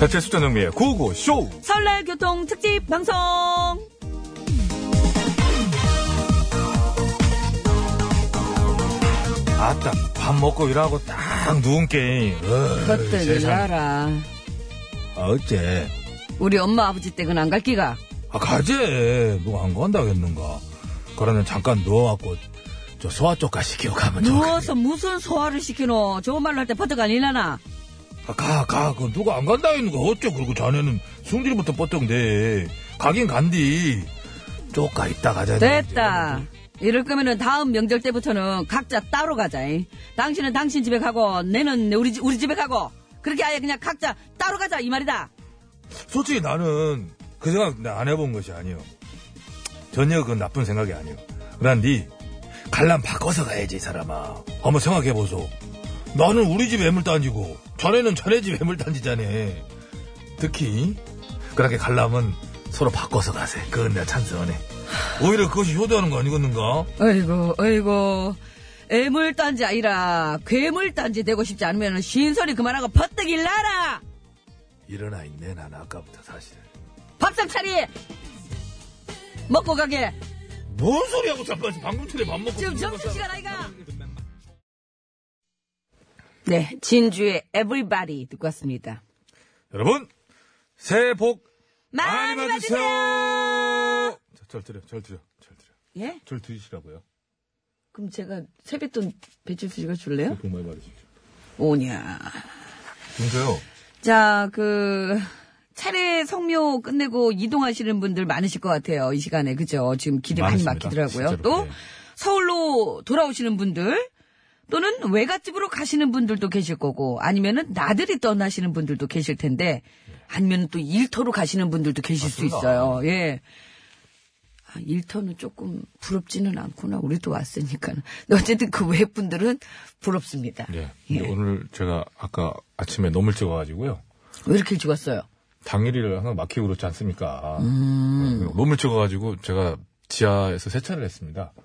배철수 전영미의 고고쇼! 설날 교통 특집 방송. 아따, 밥 먹고 일하고 딱 누운 게임. 어, 그것들 일하라. 아, 어째. 우리 엄마 아버지 댁은 안 갈 기가. 아, 가지. 누가 안 간다겠는가. 그러면 잠깐 누워갖고, 저 소화 쪽가 시키고 가면 누워서 무슨 소화를 시키노? 좋은 말로 할 때 버터가 안 일하나? 아, 가, 가. 그 누가 안 간다겠는가. 어째. 그리고 자네는 승질부터 뻗던데. 가긴 간디. 쪽가 있다 네, 가자. 됐다. 이럴 거면은 다음 명절 때부터는 각자 따로 가자. 잉. 당신은 당신 집에 가고, 내는 내 우리, 집- 우리 집에 가고. 그렇게 아예 그냥 각자 따로 가자. 이 말이다. 솔직히 나는 그 생각 나 안 해본 것이 아니요. 전혀 그건 나쁜 생각이 아니요. 난 니, 갈람 바꿔서 가야지, 이 사람아. 한번 생각해보소. 나는 우리 집 애물단지고, 자네는 자네 집 애물단지자네. 특히, 그렇게 갈람은 서로 바꿔서 가세. 그건 내가 찬성하네. 오히려 그것이 효도하는 거 아니겠는가? 어이구, 어이구. 애물단지 아니라 괴물단지 되고 싶지 않으면 신소리 그만하고 버뜩 일나라! 일어나 있네, 난 아까부터 사실. 밥상 차리! 먹고 가게! 뭔 소리 하고 자빠지 방금 전에 밥 먹고. 지금 점심시간 아이가! 네, 진주의 Everybody 듣고 왔습니다. 여러분, 새해 복 많이 받으세요! 자, 절 드려, 절 드려, 절 드려. 예? 절 드리시라고요. 그럼 제가 세뱃돈 배칠수 씨가 줄래요? 복 많이 받으십시오. 오냐. 근데요, 자, 그, 차례 성묘 끝내고 이동하시는 분들 많으실 것 같아요. 이 시간에. 그죠? 지금 길이 많이 많습니다. 막히더라고요. 진짜로, 또, 네. 서울로 돌아오시는 분들, 또는 외갓집으로 가시는 분들도 계실 거고, 아니면은 나들이 떠나시는 분들도 계실 텐데, 아니면 또 일터로 가시는 분들도 계실 수 맞습니다. 있어요. 예. 아, 일터는 조금 부럽지는 않구나. 우리도 왔으니까. 어쨌든 그 외분들은 부럽습니다. 네. 예. 예. 근데 오늘 제가 아까 아침에 너무 일찍 와가지고요. 왜 이렇게 일찍 왔어요? 당일이를 항상 막히고 그렇지 않습니까? 음. 네, 너무 일찍 와가지고 제가 지하에서 세차를 했습니다. 네.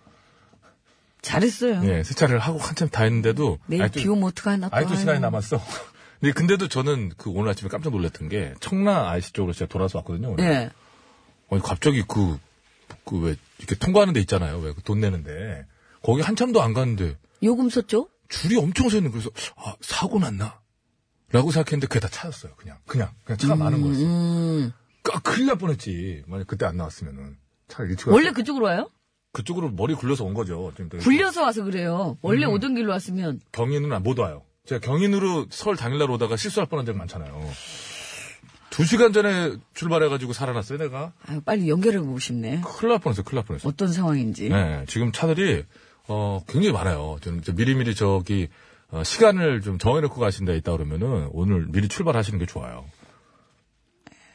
잘했어요. 예, 세차를 하고 한참 다 했는데도 아. 내일 아직도- 비 오면 어떡하나 또. 아직도 아유. 시간이 남았어. 근데, 근데도 저는 그 오늘 아침에 깜짝 놀랐던 게 청라 IC 쪽으로 제가 돌아서 왔거든요. 오늘. 예. 아니, 갑자기 그, 그 왜, 이렇게 통과하는 데 있잖아요. 왜, 그 돈 내는데. 거기 한참도 안 갔는데, 요금소 쪽? 줄이 엄청 서 있는 거예요. 그래서, 아, 사고 났나? 라고 생각했는데, 그게 다 차였어요. 그냥, 그냥, 그냥 차가 많은 거였어요. 음. 까, 큰일 날 뻔했지. 만약 그때 안 나왔으면은. 차를 일찍 왔 원래 그쪽으로 와요? 그쪽으로 머리 굴려서 온 거죠. 지금 또 굴려서 와서 그래요. 원래 음. 오던 길로 왔으면. 경인은 안- 못 와요. 제가 경인으로 설 당일날 오다가 실수할 뻔한 적 많잖아요. 두 시간 전에 출발해가지고 살아났어요, 내가. 아유, 빨리 연결해보고 싶네. 큰일 날 뻔했어요, 큰일 날 뻔했어요. 어떤 상황인지. 네, 지금 차들이 어 굉장히 많아요. 좀 이제 미리미리 저기 어, 시간을 좀 정해놓고 가신다 있다 그러면은 오늘 미리 출발하시는 게 좋아요.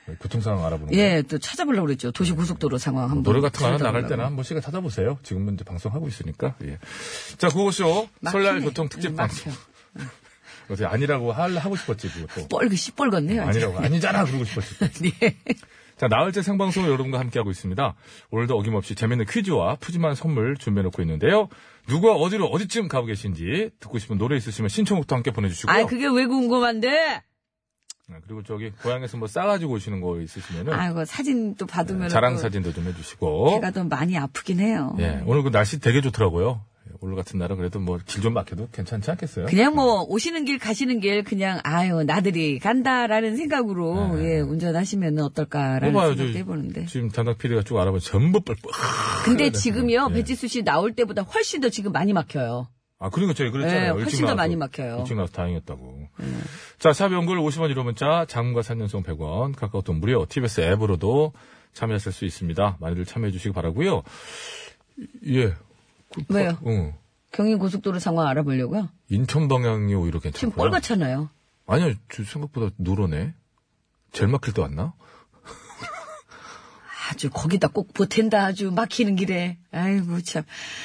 네, 교통 상황 알아보는 거. 예, 또 찾아보려고 그랬죠. 도시 고속도로 상황 한번. 노래 같은 거 하나 나갈 찾아보려고. 때나 한번 시간 찾아보세요. 지금은 이제 방송하고 있으니까. 예. 자, 그것이요. 막히네. 설날 교통 특집 음, 방송. 막혀. 요새 아니라고 할, 하고 싶었지, 그것도. 뻘그 시뻘겋네요. 아주. 아니라고. 아니잖아, 그러고 싶었지. 예. 자, 나흘째 생방송을 여러분과 함께하고 있습니다. 오늘도 어김없이 재밌는 퀴즈와 푸짐한 선물 준비해놓고 있는데요. 누가 어디로 어디쯤 가고 계신지 듣고 싶은 노래 있으시면 신청곡도 함께 보내주시고요. 아이, 그게 왜 궁금한데? 네, 그리고 저기 고향에서 뭐 싸가지고 오시는 거 있으시면은 아이고, 사진 또 받으면. 네. 자랑 사진도 좀 해주시고. 제가 좀 많이 아프긴 해요. 예, 오늘 그 날씨 되게 좋더라고요. 예, 오늘 같은 날은 그래도 뭐 길 좀 막혀도 괜찮지 않겠어요? 그냥 뭐 오시는 길 가시는 길 그냥 아유 나들이 간다라는 생각으로 예, 운전하시면 어떨까라는 봐봐요, 생각도 네. 저- 해보는데 지금 담당 PD가 쭉 알아보면 전부 뻘뻘. 네. 근데 지금요 배지수 씨 나올 때보다 훨씬 더 지금 많이 막혀요. 아, 그러니까 저희 그랬잖아요. 예, 일찍 훨씬 더 나와서, 많이 막혀요. 네. 일찍 나와서 다행이었다고. 자, 샵 연글 50원 유료 문자, 장문과 3년송 100원, 카카오톡 무료, TBS 앱으로도 참여하실 수 있습니다. 많이들 참여해 주시기 바라고요 예. 그, 파- 왜요? 응. 경인 고속도로 상황 알아보려고요. 인천 방향이 오히려 지금 괜찮고. 뻘겋잖아요. 아니요, 저 생각보다 누러네. 제일 막힐 때 왔나? 아주 거기다 꼭 보탠다 아주 막히는 길에 아이고 참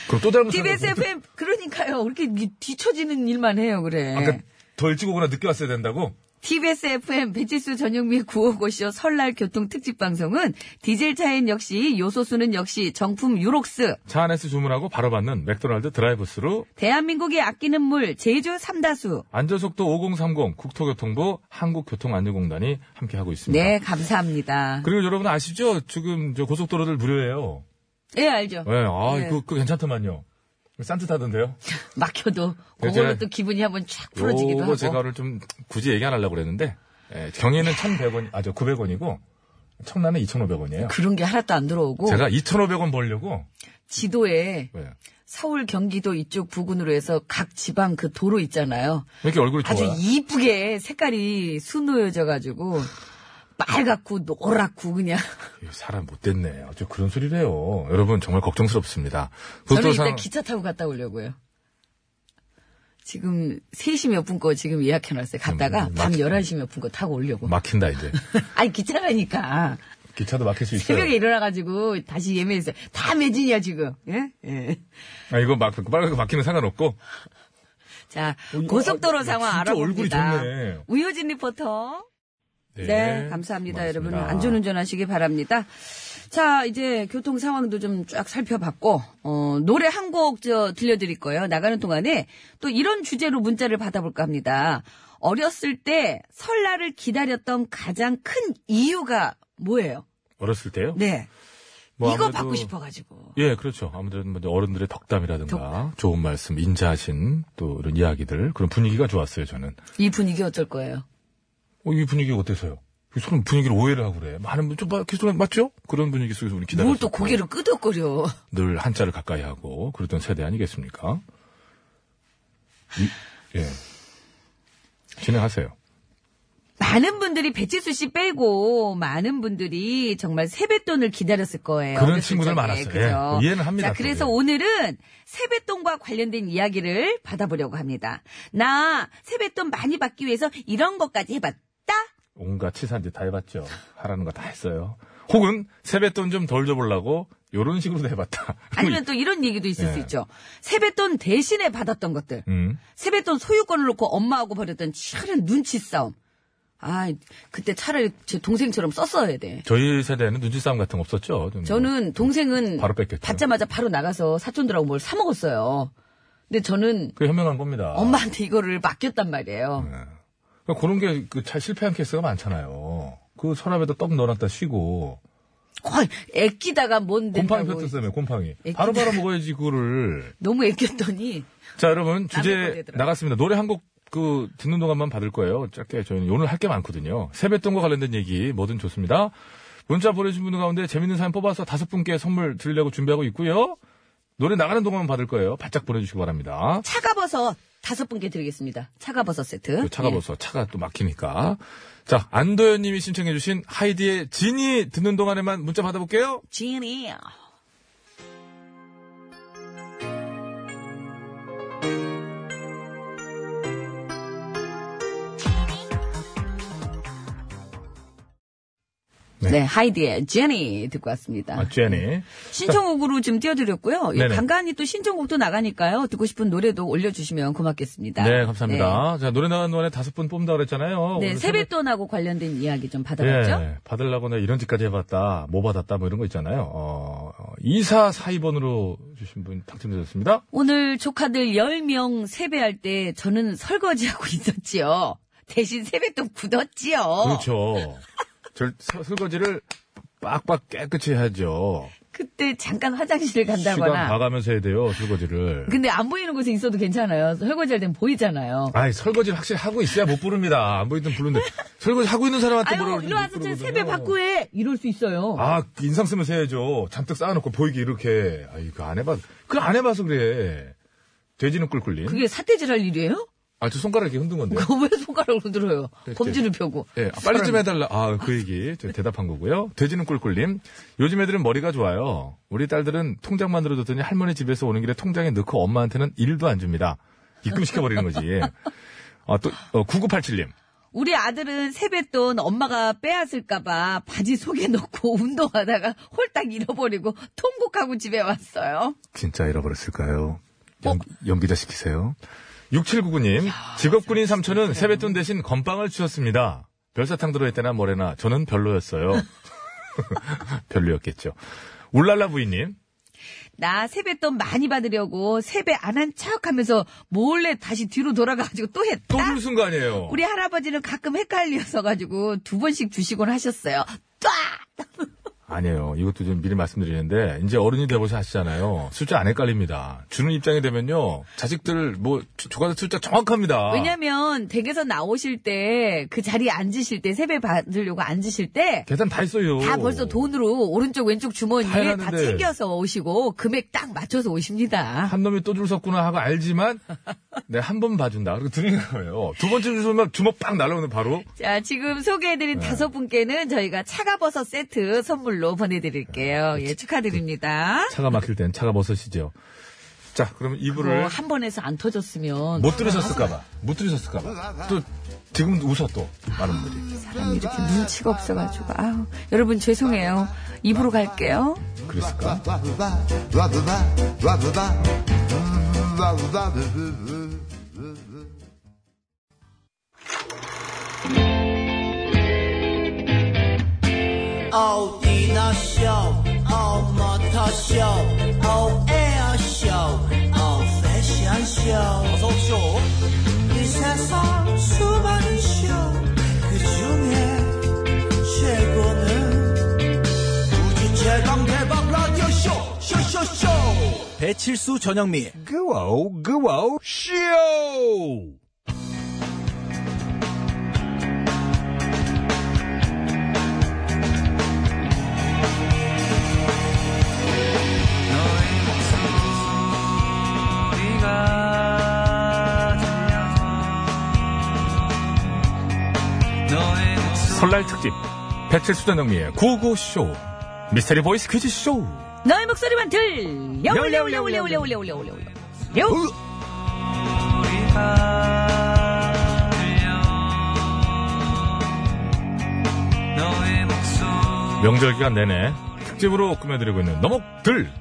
그럼 또 잘못 TBS FM 그러니까요 그렇게 뒤처지는 일만 해요 그래. 아, 아까 더 일찍 오거나 늦게 왔어야 된다고? TBS FM 배치수 전영미 구호고쇼 설날 교통 특집 방송은 디젤 차엔 역시 요소수는 역시 정품 유록스 차 안에서 주문하고 바로 받는 맥도날드 드라이브스루 대한민국이 아끼는 물 제주 삼다수 안전속도 5030 국토교통부 한국교통안전공단이 함께하고 있습니다. 네 감사합니다. 그리고 여러분 아시죠? 지금 저 고속도로들 무료예요. 예 알죠. 네, 아, 네. 그, 그 괜찮더만요. 싼뜻하던데요. 막혀도 그래서 그걸로 네, 제가- 또 기분이 한번 쫙 풀어지기도 요거 하고. 제가를 좀 굳이 얘기 안 하려고 그랬는데 예, 경에는 1,100원, 아 저 900원이고 청라는 2,500원이에요. 그런 게 하나도 안 들어오고 제가 2,500원 벌려고 지도에 예, 왜 서울 경기도 이쪽 부근으로 해서 각 지방 그 도로 있잖아요. 이렇게 얼굴이 아주 좋아요? 이쁘게 색깔이 수놓여져 가지고 빨갛고 노랗고 그냥 이 사람 못됐네. 어째 그런 소리를 해요. 여러분 정말 걱정스럽습니다. 저는 그것도 일단 상- 기차 타고 갔다 오려고요. 지금 3시 몇 분 거 지금 예약해놨어요. 갔다가 음, 밤 맞- 11시 몇 분 거 타고 오려고. 막힌다 이제. 아니 기차라니까. 기차도 막힐 수 있어요. 새벽에 일어나가지고 다시 예매했어요. 다 매진이야 지금. 예? 예. 아 이거 막 빨갛게 막히는 상관없고 자 어, 이거 고속도로 아, 상황 진짜 알아봅니다. 얼굴이 좋네. 우효진 리포터. 네, 감사합니다, 여러분. 고맙습니다. 안전운전 하시기 바랍니다. 자, 이제 교통 상황도 좀 쫙 살펴봤고, 어, 노래 한 곡 저 들려드릴 거예요. 나가는 동안에 또 이런 주제로 문자를 받아볼까 합니다. 어렸을 때 설날을 기다렸던 가장 큰 이유가 뭐예요? 어렸을 때요? 네. 뭐 이거 아무래도- 받고 싶어가지고. 예, 그렇죠. 아무래도 뭐 어른들의 덕담이라든가 좋은 말씀, 인자하신 또 이런 이야기들 그런 분위기가 좋았어요. 저는 이 분위기 어쩔 거예요? 어, 이 분위기가 어때서요? 서로 분위기를 오해를 하고 그래. 많은 분좀 계속 맞죠? 그런 분위기 속에서 우리 기다렸 뭘 또 고개를 끄덕거려. 늘 한자를 가까이 하고 그랬던 세대 아니겠습니까? 이- 예. 진행하세요. 많은 분들이 배치수 씨 빼고 많은 분들이 정말 세뱃돈을 기다렸을 거예요. 그런 어렸을 친구들 적에. 많았어요. 그죠? 예, 이해는 합니다, 자, 그래서 저도. 오늘은 세뱃돈과 관련된 이야기를 받아보려고 합니다. 나 세뱃돈 많이 받기 위해서 이런 것까지 해봤다. 온갖 치사한 짓 다 해봤죠. 하라는 거 다 했어요. 혹은 세뱃돈 좀 덜 줘보려고 요런 식으로도 해봤다. 아니면 또 이런 얘기도 있을 예. 수 있죠. 세뱃돈 대신에 받았던 것들. 음. 세뱃돈 소유권을 놓고 엄마하고 벌였던 치열한 눈치 싸움. 아, 그때 차라리 제 동생처럼 썼어야 돼. 저희 세대는 눈치 싸움 같은 거 없었죠. 좀 뭐. 저는 동생은 바로 뺏겼죠. 받자마자 바로 나가서 사촌들하고 뭘 사 먹었어요. 근데 저는 그게 현명한 겁니다. 엄마한테 이거를 맡겼단 말이에요. 그런 게 잘 실패한 케이스가 많잖아요. 그 서랍에다 떡 넣어놨다 쉬고 헐, 애끼다가 뭔데? 곰팡이 폈었다며 곰팡이. 애기- 바로 바로 먹어야지 그거를. 너무 애꼈더니 자, 여러분, 거 주제 되더라. 나갔습니다. 노래 한 곡, 그, 듣는 동안만 받을 거예요. 짧게 저희는 오늘 할 게 많거든요. 세뱃돈과 관련된 얘기 뭐든 좋습니다. 문자 보내주신 분들 가운데 재밌는 사연 뽑아서 다섯 분께 선물 드리려고 준비하고 있고요. 노래 나가는 동안만 받을 거예요. 바짝 보내주시기 바랍니다. 차가버섯 다섯 분께 드리겠습니다. 차가버섯 세트. 그 차가 예. 벌써 차가 또 막히니까. 자, 안도현 님이 신청해주신 하이디의 진이 듣는 동안에만 문자 받아볼게요. 지니. 네. 네. 하이디의 제니 듣고 왔습니다. 아, 제니. 네. 신청곡으로 지금 띄워드렸고요. 예, 네네. 간간히 또 신청곡도 나가니까요. 듣고 싶은 노래도 올려주시면 고맙겠습니다. 네, 감사합니다. 자, 노래 나가는 동안에 다섯 분 뽑는다고 그랬잖아요. 네, 오늘 세뱃돈하고 관련된 이야기 좀 받아봤죠? 예, 받으려고 내가 이런 짓까지 해봤다, 뭐 받았다, 뭐 이런 거 있잖아요. 어, 2442번으로 주신 분 당첨되셨습니다. 오늘 조카들 10명 세배할 때 저는 설거지하고 있었지요. 대신 세뱃돈 굳었지요. 그렇죠. 절, 서- 설거지를 빡빡 깨끗이 해야죠. 때 잠깐 화장실을 시간 간다거나. 봐가면서 해야 돼요, 설거지를. 근데 안 보이는 곳에 있어도 괜찮아요. 설거지할 땐 보이잖아요. 아이, 설거지를 확실히 하고 있어야 못 부릅니다. 안 보이든 부르는데. 설거지 하고 있는 사람한테 뭐라 아유, 그러지 일로 못 와서 제 부르거든요. 세배 받고 해. 이럴 수 있어요. 아, 인상 쓰면서 해야죠. 잔뜩 쌓아놓고 보이게 이렇게. 아, 이거 안 해봐. 그걸 안 해봐서 그래. 돼지는 꿀꿀린. 그게 사태질할 일이에요? 아, 저 손가락 이렇게 흔든 건데. 그거 왜 손가락으로 들어요? 네, 범주를 펴고. 예, 아, 빨리 좀 해달라. 아, 그 얘기 제가 대답한 거고요. 돼지는 꿀꿀님. 요즘 애들은 머리가 좋아요. 우리 딸들은 통장 만들어줬더니 할머니 집에서 오는 길에 통장에 넣고 엄마한테는 일도안 줍니다. 입금시켜버리는 거지. 아, 또, 어, 9987님. 우리 아들은 세뱃돈 엄마가 빼앗을까봐 바지 속에 넣고 운동하다가 홀딱 잃어버리고 통곡하고 집에 왔어요. 진짜 잃어버렸을까요? 연, 기자 시키세요. 6799님, 직업군인 삼촌은 세뱃돈 대신 건빵을 주셨습니다. 별사탕 들어있대나 뭐래나 저는 별로였어요. 별로였겠죠. 울랄라 부인님, 나 세뱃돈 많이 받으려고 세배 안 한 척 하면서 몰래 다시 뒤로 돌아가가지고 또 했다. 또 뭐? 줄순 거 아니에요. 우리 할아버지는 가끔 헷갈려서가지고 두 번씩 주시곤 하셨어요. 쫙! 아니에요. 이것도 좀 미리 말씀드리는데 이제 어른이 되어서 아시잖아요. 숫자 안 헷갈립니다. 주는 입장이 되면요. 자식들 뭐 조- 조카들 숫자 정확합니다. 왜냐면 댁에서 나오실 때 그 자리에 앉으실 때 세배 받으려고 앉으실 때 다 계산 다 했어요. 벌써 돈으로 오른쪽 왼쪽 다 주머니에 다 해놨는데. 챙겨서 오시고 금액 딱 맞춰서 오십니다. 한 놈이 또 줄 섰구나 하고 알지만 내가 한 번 봐준다. 그리고 드리는 거예요. 두 번째 줄 서면 주먹 빡 날라오는 바로 자, 지금 소개해드린 네. 다섯 분께는 저희가 차가버섯 세트 선물로 보내드릴게요. 예, 축하드립니다. 차가 막힐 땐 차가 벗으시죠. 자, 그러면 이불을 어, 한 번에서 안 터졌으면 못 들으셨을까봐. 못 들으셨을까봐. 또 지금 웃어 또 많은 분들이. 사람이 이렇게 눈치가 없어가지고 아우 여러분 죄송해요. 입으로 갈게요. 그랬을까? old dinner show, old motor show, old air show, old fashion show. 어서 오쇼. 이 세상 수많은 쇼, 그 중에 최고는 우주 최강 대박 라디오 쇼, 쇼쇼쇼. 배칠수 전영미. 그와우, 그와우, 쇼! 설날 특집 배칠수 전영미의 고고쇼 미스터리 보이스 퀴즈쇼 너의 목소리만 들려 올려 올려 올려 올려 올려 올려 올려 올려 명절 기간 내내 특집으로 꾸며드리고 있는 너목들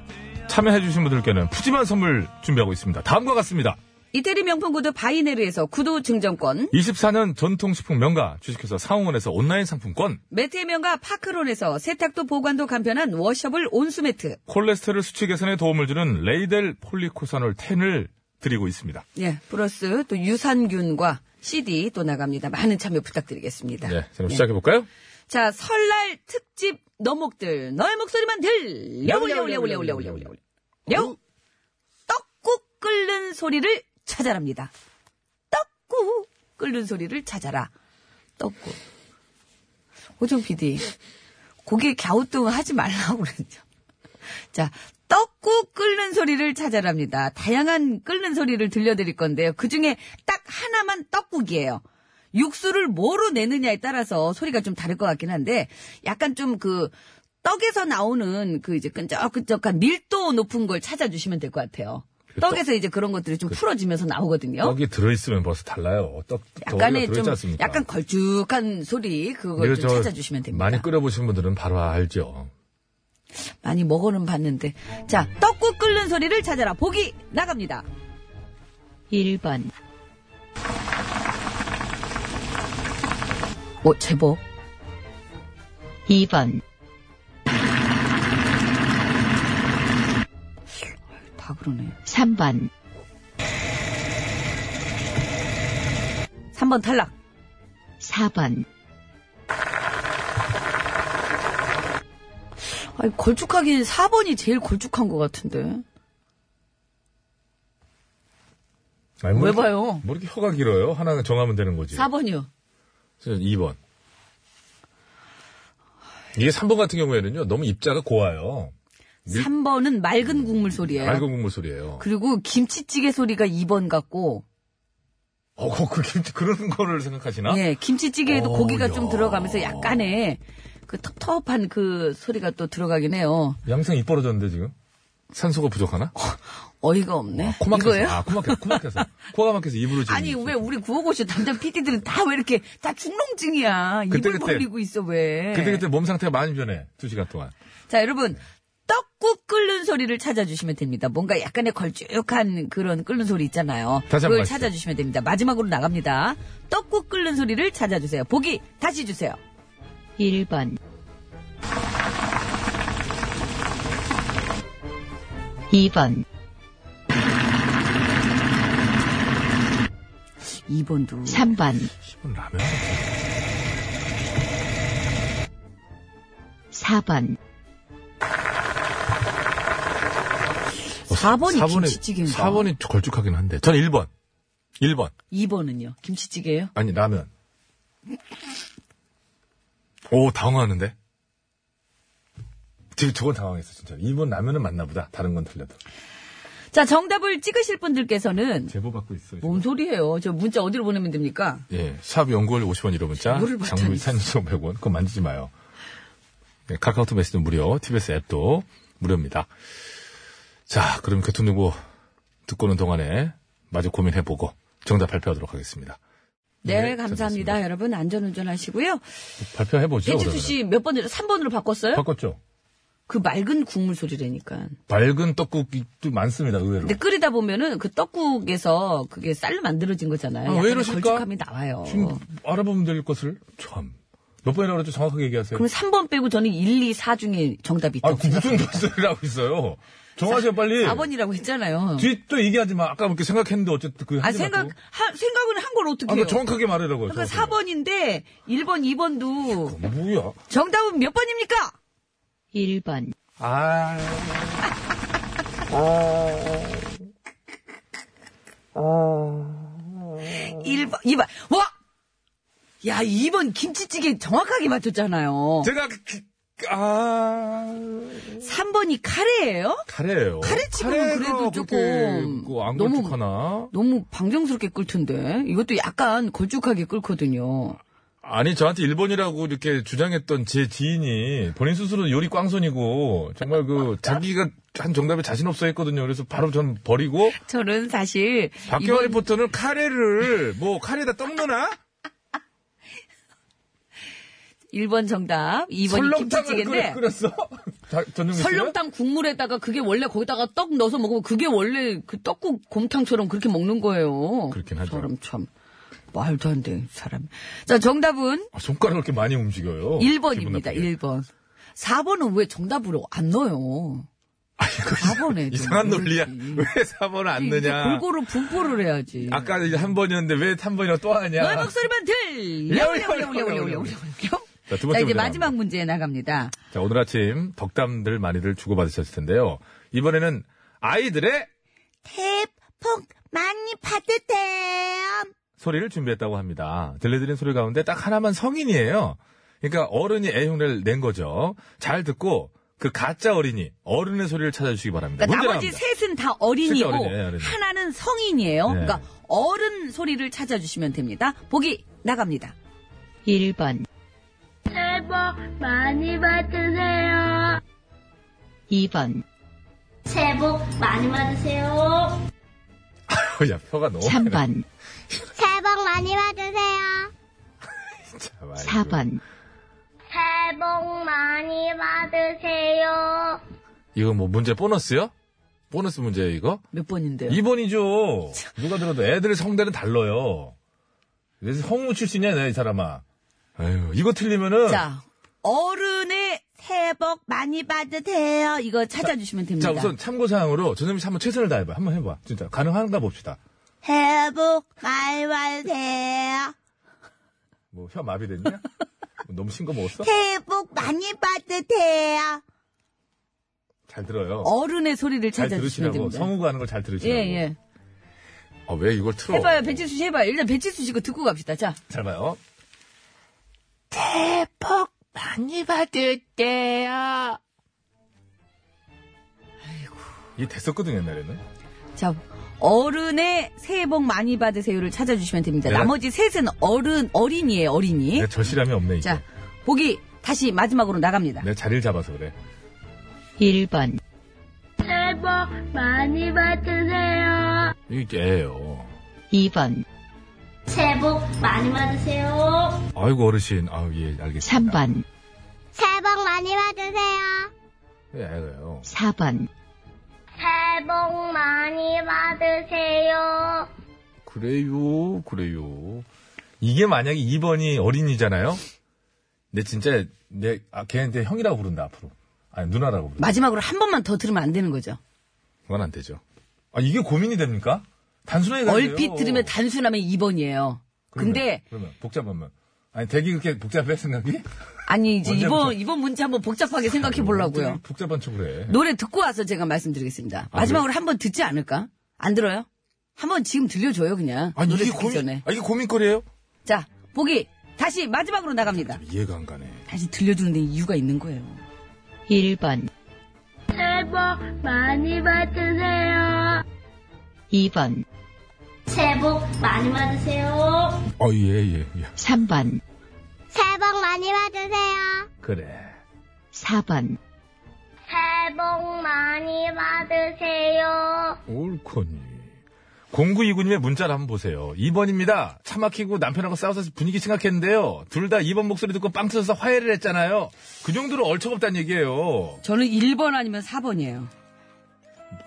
참여해주신 분들께는 푸짐한 선물 준비하고 있습니다 다음과 같습니다 이태리 명품 구두 바이네르에서 구두 증정권 24년 전통식품 명가 주식회사 상호원에서 온라인 상품권 매트의 명가 파크론에서 세탁도 보관도 간편한 워셔블 온수매트 콜레스테롤 수치 개선에 도움을 주는 레이델 폴리코사놀 10을 드리고 있습니다 예 플러스 또 유산균과 CD 또 나갑니다. 많은 참여 부탁드리겠습니다. 네 그럼 시작해볼까요? 자 설날 특집 너목들 너의 목소리만 들려 올려 올려 올려 올려 올려 올려 올려 떡국 끓는 소리를 찾아랍니다. 떡국 끓는 소리를 찾아라. 떡국. 호정 PD 고개 갸우뚱 하지 말라고 그랬죠. 자, 떡국 끓는 소리를 찾아랍니다. 다양한 끓는 소리를 들려드릴 건데요. 그 중에 딱 하나만 떡국이에요. 육수를 뭐로 내느냐에 따라서 소리가 좀 다를 것 같긴 한데, 약간 좀 그 떡에서 나오는 그 이제 끈적끈적한 밀도 높은 걸 찾아주시면 될 것 같아요. 떡에서 이제 그런 것들이 좀 풀어지면서 나오거든요. 떡이 들어있으면 벌써 달라요 떡 덩어리가 약간의 좀 들어있지 않습니까? 약간 걸쭉한 소리 그걸 이거 좀 저 찾아주시면 됩니다. 많이 끓여보신 분들은 바로 알죠 많이 먹어는 봤는데. 자, 떡국 끓는 소리를 찾아라. 보기 나갑니다. 1번. 오, 어, 제법. 2번, 다 그러네. 3번, 3번 탈락. 4번, 아니, 걸쭉하긴 4번이 제일 걸쭉한 것 같은데. 아니, 뭐 왜 이렇게- 봐요? 뭐 이렇게 혀가 길어요? 하나 정하면 되는 거지. 4번이요. 그래서 2번. 이게 3번 같은 경우에는요, 너무 입자가 고와요. 3번은 맑은 국물 소리예요. 맑은 국물 소리예요. 그리고 김치찌개 소리가 2번 같고, 어, 그, 그 김치, 그런 거를 생각하시나? 예, 김치찌개에도 아? 어, 고기가 야. 좀 들어가면서 약간의 그 텁텁한 그 소리가 또 들어가긴 해요. 양상 입 벌어졌는데, 지금? 산소가 부족하나? 어이가 없네. 아, 코 막혀서. 이거예요? 아, 코 막혀서, 코 막혀서. 코가 막혀서 입으로 지금. 아니 왜 우리 구호고쇼 담당 PD들은 다 왜 이렇게 다 중농증이야 입을 그때, 그때. 벌리고 있어 왜? 그때그때 몸 상태가 많이 변해. 두 시간 동안. 자 여러분 떡 꾹 끓는 소리를 찾아주시면 됩니다. 뭔가 약간의 걸쭉한 그런 끓는 소리 있잖아요. 다시 한번 그걸 가시죠. 찾아주시면 됩니다. 마지막으로 나갑니다. 떡국 끓는 소리를 찾아주세요. 보기 다시 주세요. 1번 2번 2번도 3번 씨발, 라면. 4번 4번이 4번에, 김치찌개인가? 4번이 걸쭉하긴 한데. 전 1번. 1번. 2번은요. 김치찌개예요? 아니, 라면. 오, 당황하는데? 지금 저건 당황했어, 진짜. 2번 라면은 맞나 보다. 다른 건 틀려도. 자, 정답을 찍으실 분들께서는 제보 받고 있어요. 지금. 뭔 소리예요? 저 문자 어디로 보내면 됩니까? 예, 샵 연구월 50원 1호 문자, 뭐를 봤다니. 장물 산소 100원, 그거 만지지 마요. 네, 카카오톡 메시지 무료, TBS 앱도 무료입니다. 자, 그럼 교통정보 듣고 오는 동안에 마저 고민해보고 정답 발표하도록 하겠습니다. 네, 네, 감사합니다. 좋습니다. 네, 여러분, 안전운전 하시고요. 발표해보죠. 배지수 씨몇 번으로, 3번으로 바꿨어요? 바꿨죠? 그 맑은 국물 소리라니까. 밝은 떡국도 많습니다, 의외로. 근데 끓이다 보면은 그 떡국에서 그게 쌀로 만들어진 거잖아요. 아, 왜 약간의 이러실까? 걸쭉함이 나와요. 지금 알아보면 될 것을, 참. 몇 번이라고 그랬죠? 정확하게 얘기하세요. 그럼 3번 빼고 저는 1, 2, 4 중에 정답이 아, 있다고 그 무슨 소리를 하고 있어요? 정하세요, 빨리. 4번이라고 했잖아요. 뒤또 얘기하지 마. 아까 그렇게 생각했는데 어쨌든 그 아, 하지 생각, 말고. 하- 생각은 한 걸 어떻게 아, 해요? 그 정확하게 말하라고요. 그러니까 정확하게. 4번인데 1번, 2번도 뭐야? 정답은 몇 번입니까? 1번 아. 일 1번, 2번. 와! 야, 2번 김치찌개 정확하게 맞췄잖아요. 제가 그- 그- 아 3번이 카레예요? 카레예요. 카레집은 카레가 그래도 그렇게 조금 그거 안 너무- 걸쭉하나? 너무 방정스럽게 끓 텐데. 이것도 약간 걸쭉하게 끓거든요. 아니 저한테 일본이라고 이렇게 주장했던 제 지인이 본인 스스로 요리 꽝손이고 정말 그 자기가 한 정답에 자신 없어 했거든요. 그래서 바로 전 버리고 저는 사실 박경화 이번, 리포터는 카레를 뭐 카레에다 떡 넣나? 1번 정답, 2번이 설렁탕을 끓여- 김치찌개인데 끓였어? 자, 전영미 씨는? 설렁탕 국물에다가 그게 원래 거기다가 떡 넣어서 먹으면 그게 원래 그 떡국 곰탕처럼 그렇게 먹는 거예요. 그렇긴 하죠. 사람 참 말도 안 돼, 사람. 자, 정답은 아, 손가락을 이렇게 많이 움직여요. 어, 기분 1번입니다. 나쁘게. 1번. 4번은 왜 정답으로 안 넣어요? 아니, 그 4번에. 이상한 논리야. 왜 4번을 안 넣냐. 골고루 분포를 해야지. 아까 이제 한 번이었는데 왜 한 번이나 또 하냐. 너의 목소리만 들려려려려려려려려. 자, 두 번째 자, 이제 문제 마지막 문제 나갑니다. 자, 오늘 아침 덕담들 많이들 주고받으셨을 텐데요. 이번에는 아이들의 대폭 많이 받으세요. 소리를 준비했다고 합니다. 들려드린 소리 가운데 딱 하나만 성인이에요. 그러니까 어른이 애 흉내를 낸 거죠. 잘 듣고 그 가짜 어린이, 어른의 소리를 찾아주시기 바랍니다. 그러니까 문제 나머지 나갑니다. 셋은 다 어린이고 실제 어린이에요, 어린이. 하나는 성인이에요. 네. 그러니까 어른 소리를 찾아주시면 됩니다. 보기 나갑니다. 1번 대복 많이 받으세요. 2번 새해 복 많이 받으세요. 야, 표가 너무. 3번 새해 복 많이 받으세요. 참, 아이고. 4번 새해 복 많이 받으세요. 이거 뭐 문제 보너스요? 보너스 문제 이거? 몇 번인데요? 2번이죠. 누가 들어도 애들 성대는 달라요. 그래서 성우 출신이야, 내이 사람아. 아유, 이거 틀리면은. 자, 어른의 새해 복 많이 받으세요. 이거 찾아주시면 됩니다. 자, 우선 참고사항으로 전현미 씨 한번 최선을 다해봐. 한번 해봐. 진짜. 가능한가 봅시다. 새해 복 많이 받으세요. 뭐, 혀 마비됐냐? 뭐 너무 신 거 먹었어? 새해 복 많이 받으세요. 잘 들어요. 어른의 소리를 잘 찾아주시면 들으시라고. 됩니다. 성우가 하는 걸 잘 들으시라고. 예, 예. 아, 왜 이걸 틀어? 해봐요, 배치수 씨 해봐요. 일단 배치수 씨 거 듣고 갑시다. 자, 잘 봐요. 대폭 많이 받을게요. 이게 됐었거든, 옛날에는. 자, 어른의 새해 복 많이 받으세요를 찾아주시면 됩니다. 내가- 나머지 셋은 어른, 어린이에요, 어린이. 내 절실함이 없네, 이게. 자, 보기 다시 마지막으로 나갑니다. 내 자리를 잡아서 그래. 1번 새해 복 많이 받으세요. 이게 애예요. 2번 새해 복 많이 받으세요. 아이고 어르신, 아우 예 알겠습니다. 3번 새해 복 많이 받으세요. 예, 알아요. 4번, 새해 복 많이 받으세요. 그래요, 그래요. 이게 만약에 2번이 어린이잖아요? 내 진짜, 내, 아, 걔한테 형이라고 부른다, 앞으로. 아니, 누나라고 부른다. 마지막으로 한 번만 더 들으면 안 되는 거죠. 그건 안 되죠. 아, 이게 고민이 됩니까? 단순하게 가야 돼요. 얼핏 들으면 단순하면 2번이에요. 그러면, 근데 그러면, 복잡하면. 아니, 되게 그렇게 복잡해, 생각이? 아니 이제 언제부터? 이번 이번 문제 한번 복잡하게 생각해 보려고요. 어떻게 음, 복잡한 척을 해. 노래 듣고 와서 제가 말씀드리겠습니다. 마지막으로 한 번 듣지 않을까? 안 들어요? 한 번 지금 들려줘요 그냥 아니, 노래 이게 듣기 고민, 전에. 아, 이게 고민거리예요 자 보기 다시 마지막으로 나갑니다. 이해가 안 가네. 다시 들려주는데 이유가 있는 거예요. 1번, 새해 복 많이 받으세요. 2번, 새해 복 많이 받으세요. 어, 예, 예, 예. 3번, 새해 복 많이 받으세요. 그래. 4번, 새해 복 많이 받으세요. 옳거니. 0929님의 문자를 한번 보세요. 2번입니다. 차 막히고 남편하고 싸워서 분위기 심각했는데요. 둘 다 2번 목소리 듣고 빵 터져서 화해를 했잖아요. 그 정도로 얼척없다는 얘기예요. 저는 1번 아니면 4번이에요.